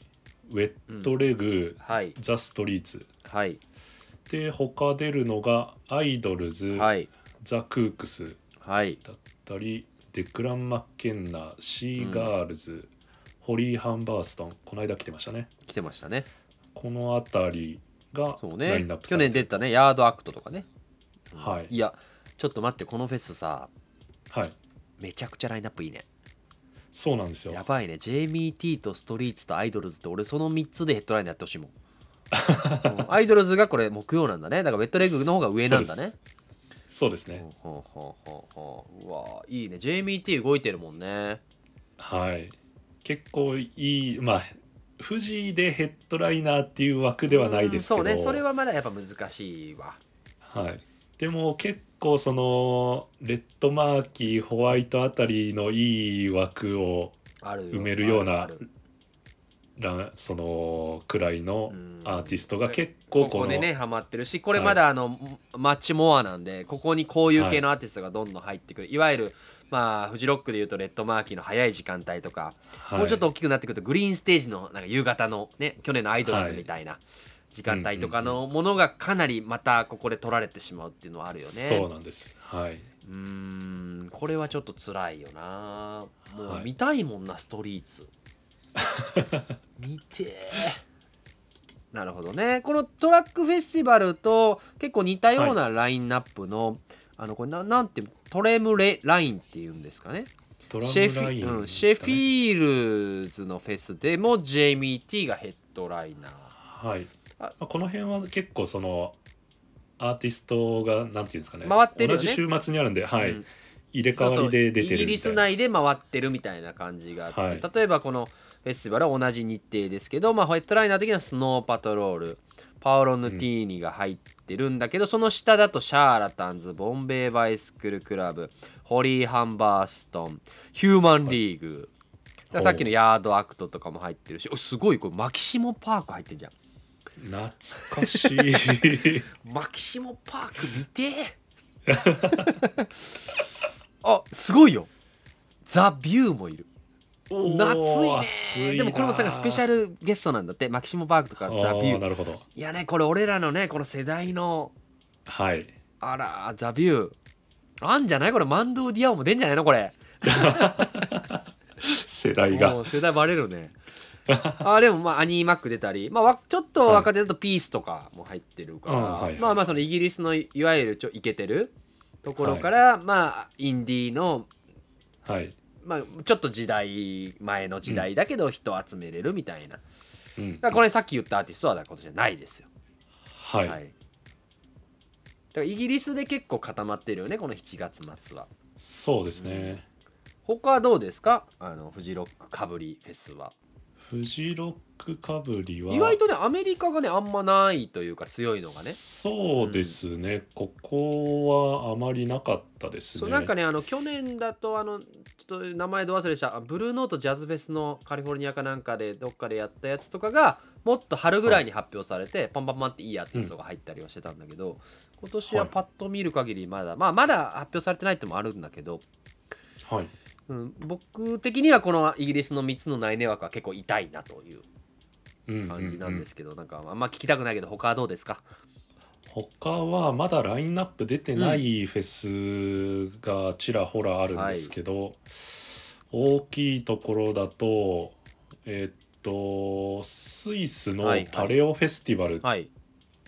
ウェットレグ、はいザ・ストリーツはいで他出るのがアイドルズ、はいザ・クークスはいだったりデクラン・マッケンナシーガールズ、ホリー・ハンバーストンこの間来てましたね来てましたねこの辺りがそうライねンナップ去され年て出たねヤードアクトとかねはいいやちょっと待ってこのフェスさはいめちゃくちゃラインナップいいねそうなんですよやばいね JMT とストリーツとアイドルズって俺その3つでヘッドラインやってほしい *laughs* もんうんアイドルズがこれ木曜なんだねだからウェットレッグの方が上なんだねそうですね、ほうほうほうほうほううわいいね JMT 動いてるもんねはい結構いいまあ富士でヘッドライナーっていう枠ではないですけどうんそうねそれはまだやっぱ難しいわはい、でも結構そのレッドマーキーホワイトあたりのいい枠をある埋めるようなあるらそのくらいのうんアーティストが結こ構ここのでねハマってるしこれまだあの、マッチモアなんでここにこういう系のアーティストがどんどん入ってくる、い、わゆるまあフジロックでいうとレッドマーキーの早い時間帯とか、はいもうちょっと大きくなってくるとグリーンステージのなんか夕方のね去年のアイドルズみたいな時間帯とかのものがかなりまたここで取られてしまうっていうのはあるよね。そうなんですはい、うーんこれはちょっと辛いよなもはうい見たいもんな、ストリー *laughs* ツ見てーなるほどねこのトラックフェスティバルと結構似たようなラインナップの、あのこれななんてトレムレラインっていうんですかねトラムシェフラインですかィ、ねうん、シェフィールズのフェスでもジェイミー・ティーがヘッドライナーはいあまあ、この辺は結構そのアーティストがなんていうんですかね回ってるよね同じ週末にあるんで、はいうん入れ替わりで出そうそうてイギるリみたスいな内で回ってるみたいな感じがあって、はい例えばこのフェスティバルは同じ日程ですけど、まあ、ヘッドライナー的にはスノーパトロールパオロ・ヌティーニが入ってるんだけど、その下だとシャーラタンズボンベイ・バイスクル・クラブホリー・ハンバーストンヒューマン・リーグ、だからさっきのヤード・アクトとかも入ってるしおすごいこれマキシモ・パーク入ってんじゃん懐か *laughs* しいマキシモ・パーク見てえ *laughs* あすごいよザ・ビューもいるお夏ー暑いねでもこれもなんかスペシャルゲストなんだってマキシモ・パークとかあザ・ビーューなるほどいやねこれ俺らのねこの世代のはいあらザ・ビューあんじゃないこれマンドゥ・ディアオも出んじゃないのこれ世代もがう世代バレるね *laughs* あでもまあアニーマック出たり、まあわ、ちょっと若手だとピースとかも入ってるから、うんはいはいまあまあそのイギリスのいいわゆるちょイケてるところから、まあインディーの、はい、まあ、ちょっと時代前の時代だけど人を集めれるみたいな、うんだからこれさっき言ったアーティストはだから今年はないですよ。はい、はい、だからイギリスで結構固まってるよねこの7月末は。そうですね、他はどうですかあのフジロックかぶりフェスは。フジロックかぶりは意外とねアメリカがねあんまないというか強いのがね。そうですね、ここはあまりなかったですねそうなんかねあの去年だとあのちょっと名前ど忘れしたあブルーノートジャズフェスのカリフォルニアかなんかでどっかでやったやつとかがもっと春ぐらいに発表されて、パンパンパンっていいアーティストが入ったりはしてたんだけど、今年ははいパッと見る限りまだ、まあまだ発表されてないってのもあるんだけどはい、うん、僕的にはこのイギリスの3つの内音枠は結構痛いなという感じなんですすけど、なんかあんま聞きたくないけど他はどうですか他はまだラインナップ出てないフェスがちらほらあるんですけど、大きいところだとえっとスイスのはいはいパレオフェスティバルっはい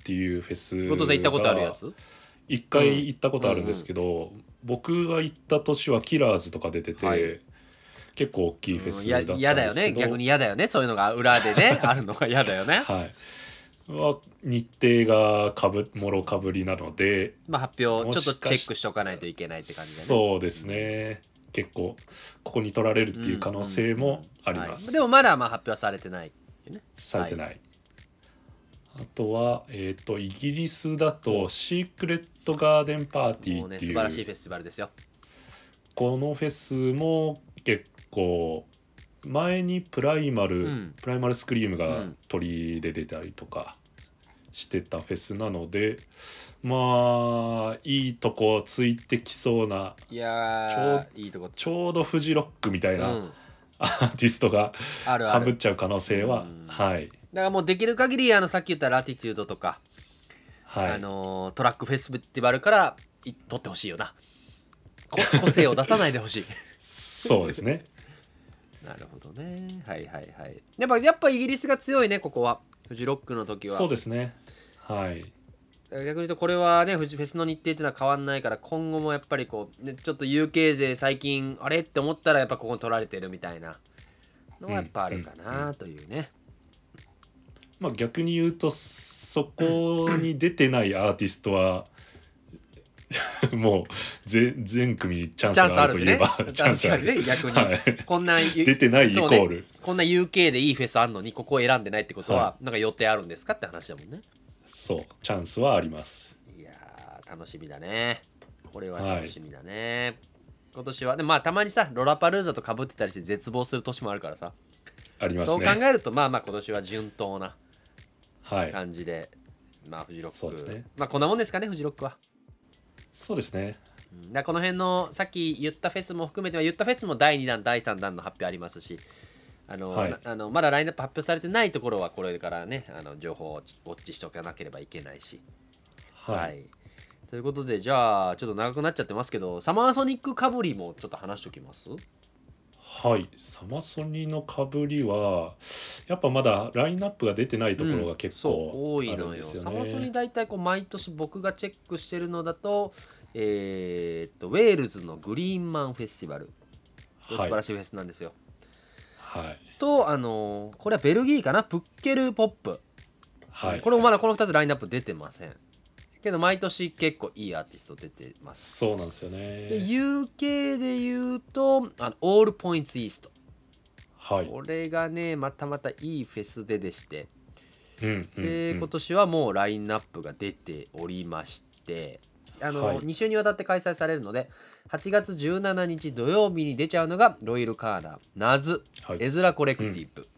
ていうフェス後藤さん行ったことあるやつ一回行ったことあるんですけど、僕が行った年はキラーズとか出てて、はい結構大きいフェうんスだやったんですけど、嫌だよね逆に嫌だよねそういうのが裏で *laughs* ねあるのが嫌だよねはいは日程がかぶもろかぶりなのでまあ発表もちょっしかとしチェックしとかないといけないって感じだねそうですね結構ここに取られるっていう可能性もありまはいす、でもまだまあ発表はされてないされてない、あとは、えー、とイギリスだと「シークレット・ガーデン・パーティもーう」っねて素い晴うらしいフェスティバルですよこのフェスも結構前にプライマル、うんプライマルスクリームうがん取り出てたりとかしてたフェスなのでまあいいとこついてきそうないやーいいとこちょうどフジロックみたいな、うんアーティストがあるあかぶるっちゃう可能性はうんはいだからもうできる限りあのさっき言ったラティチュードとか、はいあのートラックフェスティバルからい取ってほしいよなこ *laughs* 個性を出さないでほしいそうですね *laughs* なるほどねはいはいはいやっぱやっぱイギリスが強いねここはフジロックの時はそうですねはい逆に言うとこれはねフジフェスの日程っていうのは変わんないから今後もやっぱりこう、ね、ちょっと UK 勢最近あれって思ったらやっぱここに取られてるみたいなのはやっぱあるかなというね、まあ逆に言うとそこに出てないアーティストはもう全全組チャンスチャンスがああるるっとていねえば確チャンスかあにる *laughs* ね逆に、はいこんなゆ *laughs* 出てないイそコうーねル、こんな UK でいいフェスあんのにここを選んでないってことは、はなんか予定あるんですかって話だもんねそうチャンスはありますいやー楽しみだねこれは楽しみだね、今年はでまあたまにさロラパルーザとかぶってたりして絶望する年もあるからさ、ありまそすう考ねえるとまあまあ今年は順当なはい感じでまあフジロックそうですねまあこんなもんですかねフジロックは、そうですねうん、だからこの辺のさっき言ったフェスも含めては言ったフェスも第2弾第3弾の発表ありますしあの、はいなあのまだラインナップ発表されてないところはこれからねあの情報をウォッチしておかなければいけないしはい、ということでじゃあちょっと長くなっちゃってますけどサマーソニックかぶりもちょっと話しときますはい、サマソニのかぶりはやっぱまだラインナップが出てないところが結そう構多いあるのんよ。ですよサね。マソニ大体こう毎年僕がチェックしてるのだと,、えーっとウェールズのグリーンマンフェスティバル素はい晴らしいフェスなんですよ。はいとあのーこれはベルギーかなプッケルポップ、はい、これもまだこの2つラインナップ出てません。けど毎年結構いいアーティスト出てます。そうなんですよでね。 UK で言うとあのオールポイントイーストはい。これがねまたまたいいフェスででしてうんうんでうん今年はもうラインナップが出ておりましてあの、はい2週にわたって開催されるので8月17日土曜日に出ちゃうのがロイル・カーナーナズはいエズラ・コレクティブ、うん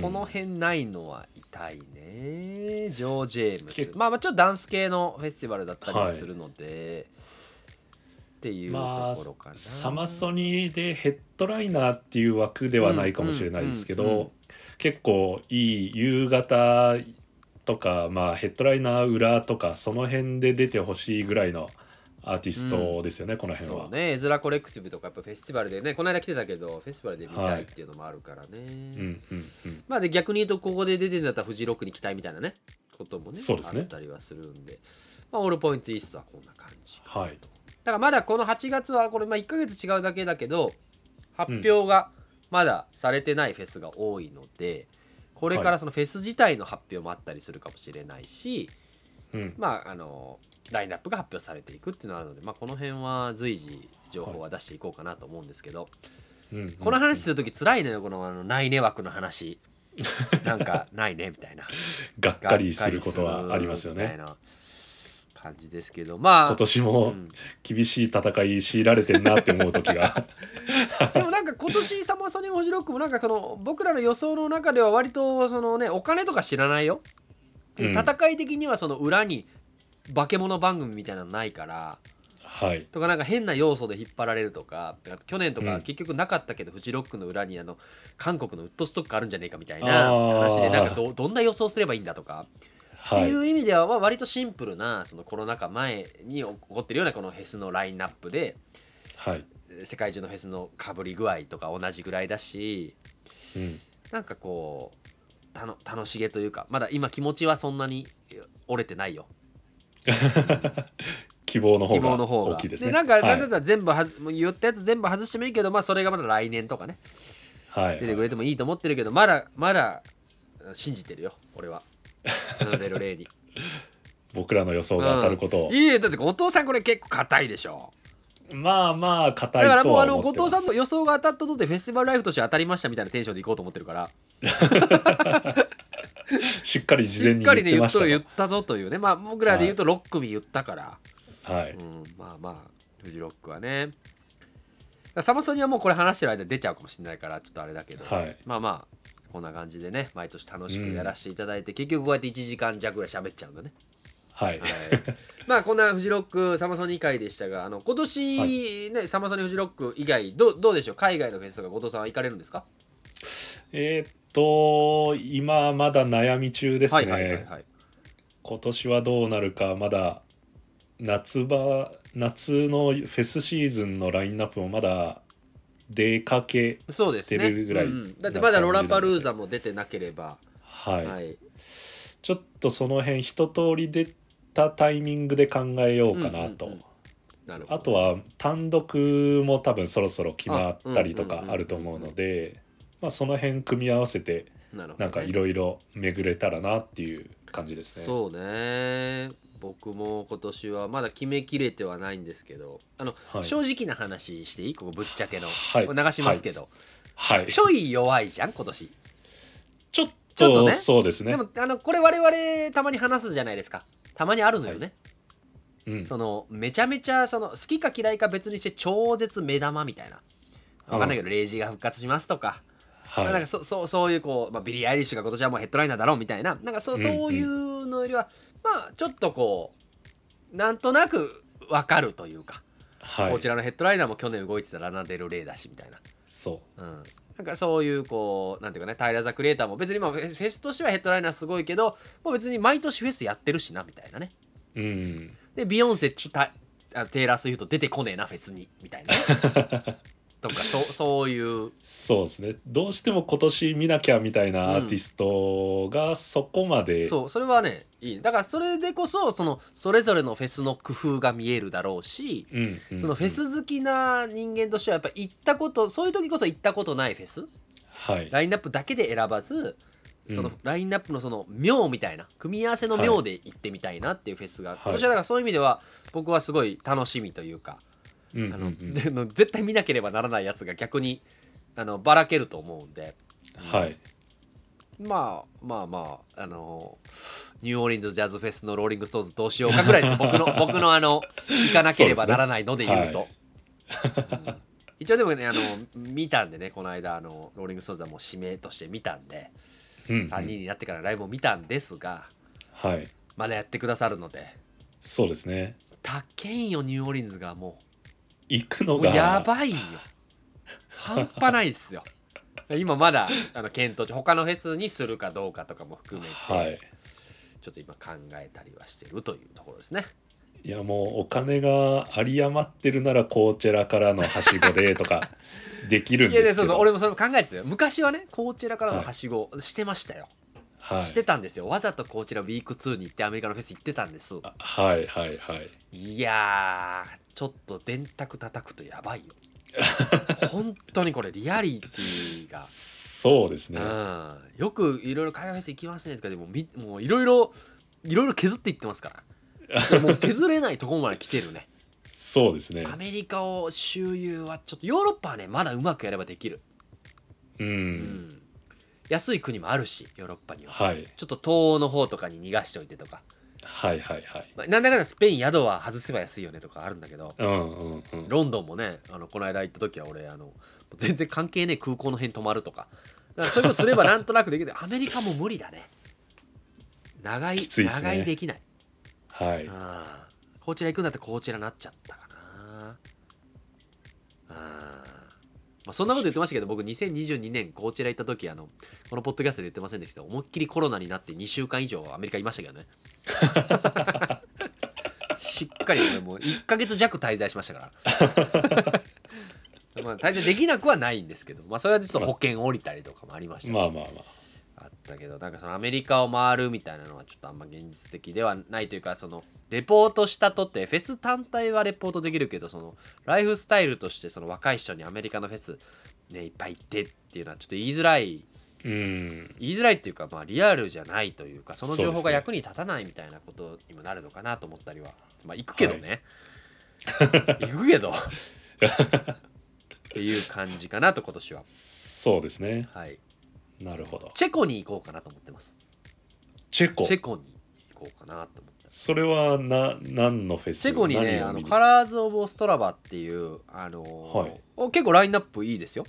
この辺ないのは痛いねジョー・ジェームス結まあまあちょっとダンス系のフェスティバルだったりもはいするので、っていうとまころかあな、サマソニでヘッドライナーっていう枠ではないかもしれないですけど、うんうんうんうん結構いい夕方とか、まあ、ヘッドライナー裏とかその辺で出てほしいぐらいのアーティストですよね、この辺そはう。ね、絵面コレクティブとかやっぱフェスティバルでねこの間来てたけどフェスティバルで見たはいいっていうのもあるからね、うんうんうん、まあで逆に言うとここで出てんだったらフジロックに期待みたいなねこともねそうですねあったりはするんで、まあ、オールポイントイーストはこんな感じだかはいらまだこの8月はこれまあ1ヶ月違うだけだけど発表がまだされてないフェスが多いのでこれからそのフェス自体の発表もあったりするかもしれないし、うん、まああのラインナップが発表されていくっていうのがあるので、まあ、この辺は随時情報は出していこうかなと思うんですけど、うんうんこの話するときつらいのよこのあのないね枠の話なんかないねみたいながっかりすることはありますよみたいね。な感じですけどまあ今年もうん厳しい戦い強いられてんなって思う時が *laughs* でもなんか今年サマソニーもフジロックもなんかこの僕らの予想の中では割とそのねお金とか知らないよ、うん戦い的にはその裏に化け物番組みたいなのないからはいとかなんか変な要素で引っ張られるとか去年とかうん結局なかったけど、フジロックの裏にあの韓国のウッドストックあるんじゃねえかみたいなあー話でなんかどどんな予想すればいいんだとか、はっていいう意味ではまあ割とシンプルなそのコロナ禍前に起こってるようなこのフェスのラインナップではい、世界中のフェスのかぶり具合とか同じぐらいだしうん、なんかこうたの楽しげというかまだ今気持ちはそんなに折れてないよ希望の希方望のが方が大きいですねなんか、はいなんだったら全部はもう言ったやつ全部外してもいいけどまあそれがまだ来年とかねはい出てくれてもいいと思ってるけどまだまだうん信じてるよ俺は。なのでの例 *laughs* に僕らの予想が当たることを、いいえだって後藤さんこれ結構硬いでしょまあまあ硬だからいともうはあの思って後ま藤すさんの予想が当たったとてフェスティバルライフとして当たりましたみたいなテンションでいこうと思ってるからしっかり事し前っにかり言っねて言まっしたとが言ったぞというねまあ僕らで言うと6組言ったから、はい、うん、まあまあフジロックはねサマソニはもうこれ話してる間に出ちゃうかもしれないからちょっとあれだけど、はいまあまあこんな感じでね毎年楽しくやらせていただいて、結局こうやって1時間弱ぐらい喋っちゃうんだね、はいはい、まあこんなフジロックサマソニ会でしたがあの今は年ね、サマソニフジロック以外どうどうでしょう海外のフェスとか後藤さんは行かれるんですかえーっと今まだ悩み中ですね、はいはいはいはい今年はどうなるかまだ夏場夏のフェスシーズンのラインナップもまだ出かけそうですね出るぐらいうんうんだってまだロラパルーザも出てなければはい、はいちょっとその辺一通り出たタイミングで考えようかなと、うんうんうんなるほどあとは単独も多分そろそろ決まったりあとうんかうんうんうんあると思うので、まあ、その辺組み合わせてなるほどねなんかいろいろ巡れたらなっていう感じですね。そうね僕も今年はまだ決めきれてはないんですけどあの、はい、正直な話していいここぶっちゃけの、はいこれ流しますけど、はい、ちょい弱いじゃん今年ちょっちょっととねそうですねで。もあのこれ我々たまに話すじゃないですかたまにあるのよね、うんそのめちゃめちゃその好きか嫌いか別にして超絶目玉みたいな分かんないけど、レイジが復活しますとか,、はい、なんかそそうそういうこう、まあ、ビリー・アイリッシュが今年はもうヘッドライナーだろうみたいななんかそうんそういうのよりは、まあちょっとこうなんとなく分かるというかはい、こちらのヘッドライナーも去年動いてたラナデル・レイだしみたいな、そうん、なんかそういうこうなんていうかねタイラー・ザ・クリエイターも別にまあフェフェスとしてはヘッドライナーすごいけどもう別に毎年フェスやってるしなみたいなねう、うん、でビヨンセたあテイラー・スウィフト出てこねえなフェスにみたい *laughs* なね、とかそうそういうそうですね。どうしても今年見なきゃみたいなアーティストがそこまで、そうそれはねいいだからそれでこそそのそれぞれのフェスの工夫が見えるだろうしうん、うん、そのフェうん、ス好きな人間としてはやっぱ行ったことそういう時こそ行ったことないフェスはい、ラインナップだけで選ばずそうのんラインナップのその妙みたいな組み合わせの妙で行ってみたいなっていうフェスが、い今年はだからそういう意味では僕はすごい楽しみというか、うん、うんあうのん、での絶対見なければならないやつが逆にあのばらけると思うんではい、まあまあまああのニューオーリンズジャズフェスのローリングストーンズどうしようかぐらいです僕 *laughs* の僕のあの行かなければならないので言うと。うん一応でもねあの見たんでねこの間あのローリング・ストーンズはもう指名として見たんで、うん、うん3人になってからライブを見たんですがはい、まだやってくださるのでそうですね。たけんよニューオーリンズがも行くうのもうがやばいんよ半端ないっすよ今まだあの検討中他のフェスにするかどうかとかも含めて、はい。ちょっと今考えたりはしてるというところですねいやもうお金が有り余ってるならコーチェラからのはしごでと *laughs* かできるんいやでねすそけうそうど俺もそれも考えてたよ昔はねこちらからのはしごしてましたよ、はいしてたんですよわざとこちらウィーク2に行ってアメリカのフェス行ってたんですはいはいはいいやーちょっと電卓叩くとや *laughs* ばいよ本当にこれリアリティがそうですねうん、よくいろいろ海外フェス行きますねとかでもみもういろいろいろいろ削っていってますからもう削れないところまで来てる *laughs* ねそうですねアメリカを周遊はちょっとヨーロッパはねまだうまくやればできる、ううんん安い国もあるしヨーロッパには、はいちょっと東欧の方とかに逃がしておいてとか、はいはいはいまあ、なんだかんだスペイン宿は外せば安いよねとかあるんだけどうんうんうんロンドンもねあのこの間行った時は俺あの全然関係ねえ空港の辺泊まるとかだからそういうことすればなんとなくできるアメリカも無理だね長いきついっすね長いできないはいああこちら行くんだってこちらなっちゃったかなあーまあ、そんなこと言ってましたけど僕2022年こちら行った時あのこのポッドキャストで言ってませんでしたけど思いっきりコロナになって2週間以上アメリカいましたけどねしっかり俺もう1ヶ月弱滞在しましたから *laughs* まあ滞在できなくはないんですけど、まあ、それはちょっと保険降りたりとかもありましたし、まあまあまああったけどなんかそのアメリカを回るみたいなのはちょっとあんま現実的ではないというかそのレポートしたとってフェス単体はレポートできるけどそのライフスタイルとしてその若い人にアメリカのフェス、ね、いっぱい行ってっていうのはちょっと言いづらいうん言いづらいっていうか、まあ、リアルじゃないというかその情そうで報すがね役に立たないみたいなことにもなるのかなと思ったりは、まあ行くけどね、行くけどっていう感じかなと今年は、そうですねはい、なるほどチェコに行こうかなと思ってますチェコチェコに行こうかなと思ってそれはな何のフェスチェコにね、何をあの見にカラーズ・オブ・オストラバっていう、あのーはいお結構ラインナップいいですよ。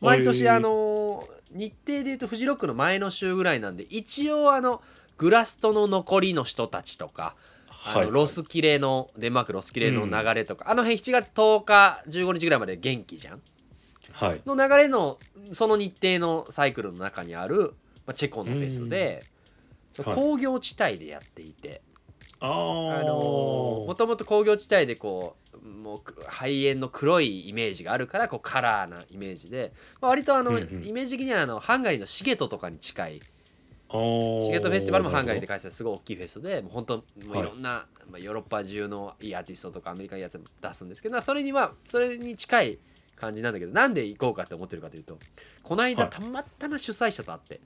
毎年、えーあのー日程でいうとフジロックの前の週ぐらいなんで、一応、あの、グラストの残りの人たちとか、あのはいロスキレの、デンマークロスキレの流れとか、あの辺7月10日、15日ぐらいまで元気じゃん。はいの流れのその日程のサイクルの中にある、まあ、チェコのフェスで、うんはい工業地帯でやっていて、あーあのもともと工業地帯でこうもうく肺炎の黒いイメージがあるからこうカラーなイメージで、まあ、割とあの、うんうんイメージ的にはあのハンガリーのシゲトとかに近いあーシゲトフェスティバルもハンガリーでな開催るするすごい大きいフェスでもう本当もうはいいろんな、まあ、ヨーロッパ中のいいアーティストとかアメリカのやつも出すんですけどそれにはそれに近い感じなんだけどなんで行こうかって思ってるかというとこの間はいたまたま主催者と会って、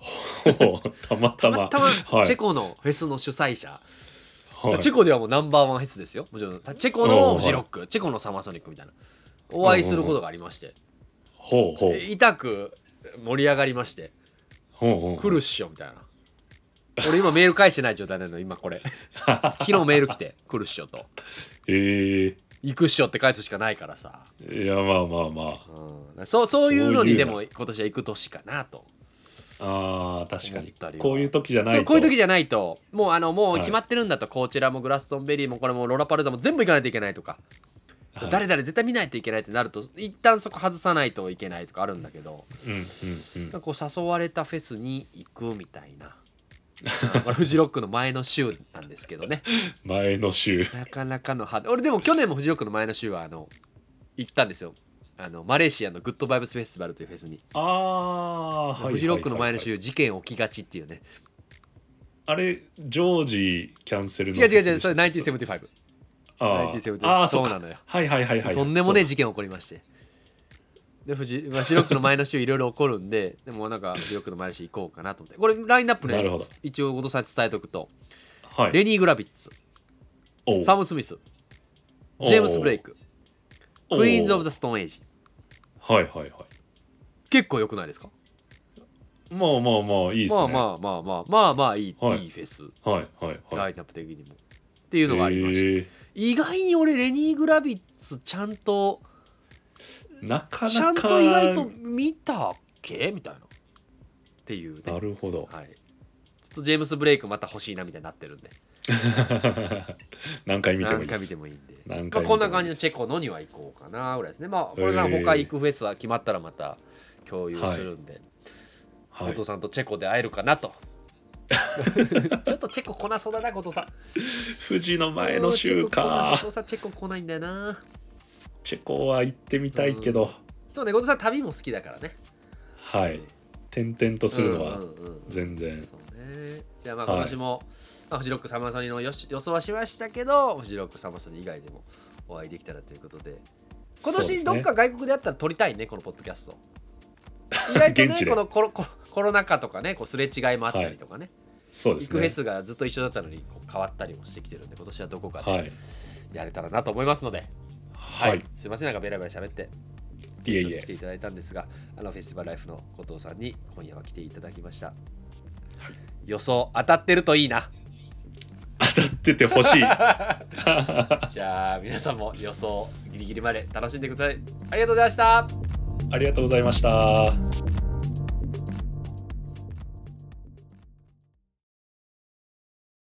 ほどたまたたままたまはいチェコのフェスの主催者、はいチェコではもうナンバーワンフェスですよもちろんチェコのフジロック、チェコのサマーソニックみたいなお会いすることがありまして、ほうほう痛く盛り上がりましてほうほう来るっしょみたいな俺今メール返してない状態なの今 *laughs* これ昨日メール来て来るっしょとえ行くっしょって返すしかないからさ、ー、いやまあまあまあうん、そうそういうのにそういでうのも今年は行く年かなとあー思っ確たかりにはこういう時じゃないそうこういう時じじゃないともうあのもうはい決まってるんだと、こちらもグラストンベリーもこれもロラパルザも全部行かないといけないとかゃ誰々絶対見ないといけないってなると一旦そこ外さないといけないとかあるんだけど、うんうんうなんんかこう誘われたフェスに行くみたいな *laughs* あこれフジロックの前の週なんですけど *laughs* ね前の週なかなかの派手俺でも去年もフジロックの前の週はあの行ったんですよあのマレーシアのグッドバイブスフェスティバルというフェスに、ああ、はいはいはいはいフジロックの前の週事件起きがちっていうねあれジョージキャンセルの違う違う違うそれあ1975あ1975ああそうかなのよはいはいはいはいとんでもねえそう事件起こりましてでフジまあフジロックの前の週いろいろ起こるんででもなんかフジロックの前の週行こうかなと思ってこれラインナップなねるほど一応後藤さんに伝えておくと、はいレニー・グラビッツおうサム・スミスジェームス・ブレイクおうクイーンズ・オブ・ザ・ストーン・エイジはいはいはい結構良くないですかまあまあまあいいですねまあまあまあまあまあまあいい,、、はいいいフェスはいはいはいラインナップ的にも、っていうのがありましたへえ意外に俺レニー・グラビッツちゃんとなかなかちゃんと意外と見たっけみたいなっていうねなるほどはい、ちょっとジェームス・ブレイクまた欲しいなみたいになってるんで *laughs* 何回見ても何いいで回見てすもいいんで何回見てまあ、もこんな感じのチェコのには行こうかなぐらいですねまあこれからへー他行くフェスは決まったらまた共有するんで、は後い藤さんとチェコで会えるかなとちょっとチェコ来なそうだな後藤さん富士の前の週後か藤さんチェコ来ないんだよなチェコは行ってみたいけうんどそうね後藤さん旅も好きだからねはい転々とするのはうんうんうん全然そうねじゃあまあはい今年も、まあ、フジロックサマソニの予し予想はしましたけどフジロックサマソニ以外でもお会いできたらということで今そうです年ねどっか外国でやったら撮りたいねこのポッドキャスト意外と現ね地でこのコロコロコロナ禍とかねこうすれ違いもあったりとかね、そうで行すくフェねスがずっと一緒だったのにこう変わったりもしてきてるんで今年はどこかはでいやれたらなと思いますので、はいすいませんなんかベラベラ喋っていゲえストいに来てえいただいたんですがあのフェスティバルライフの後藤さんに今夜は来ていただきました、予想当たってるといいな当たっててほしい *laughs* あじゃあ皆さんも予想ギリギリまで楽しんでくださいありがとうございましたりがとうございました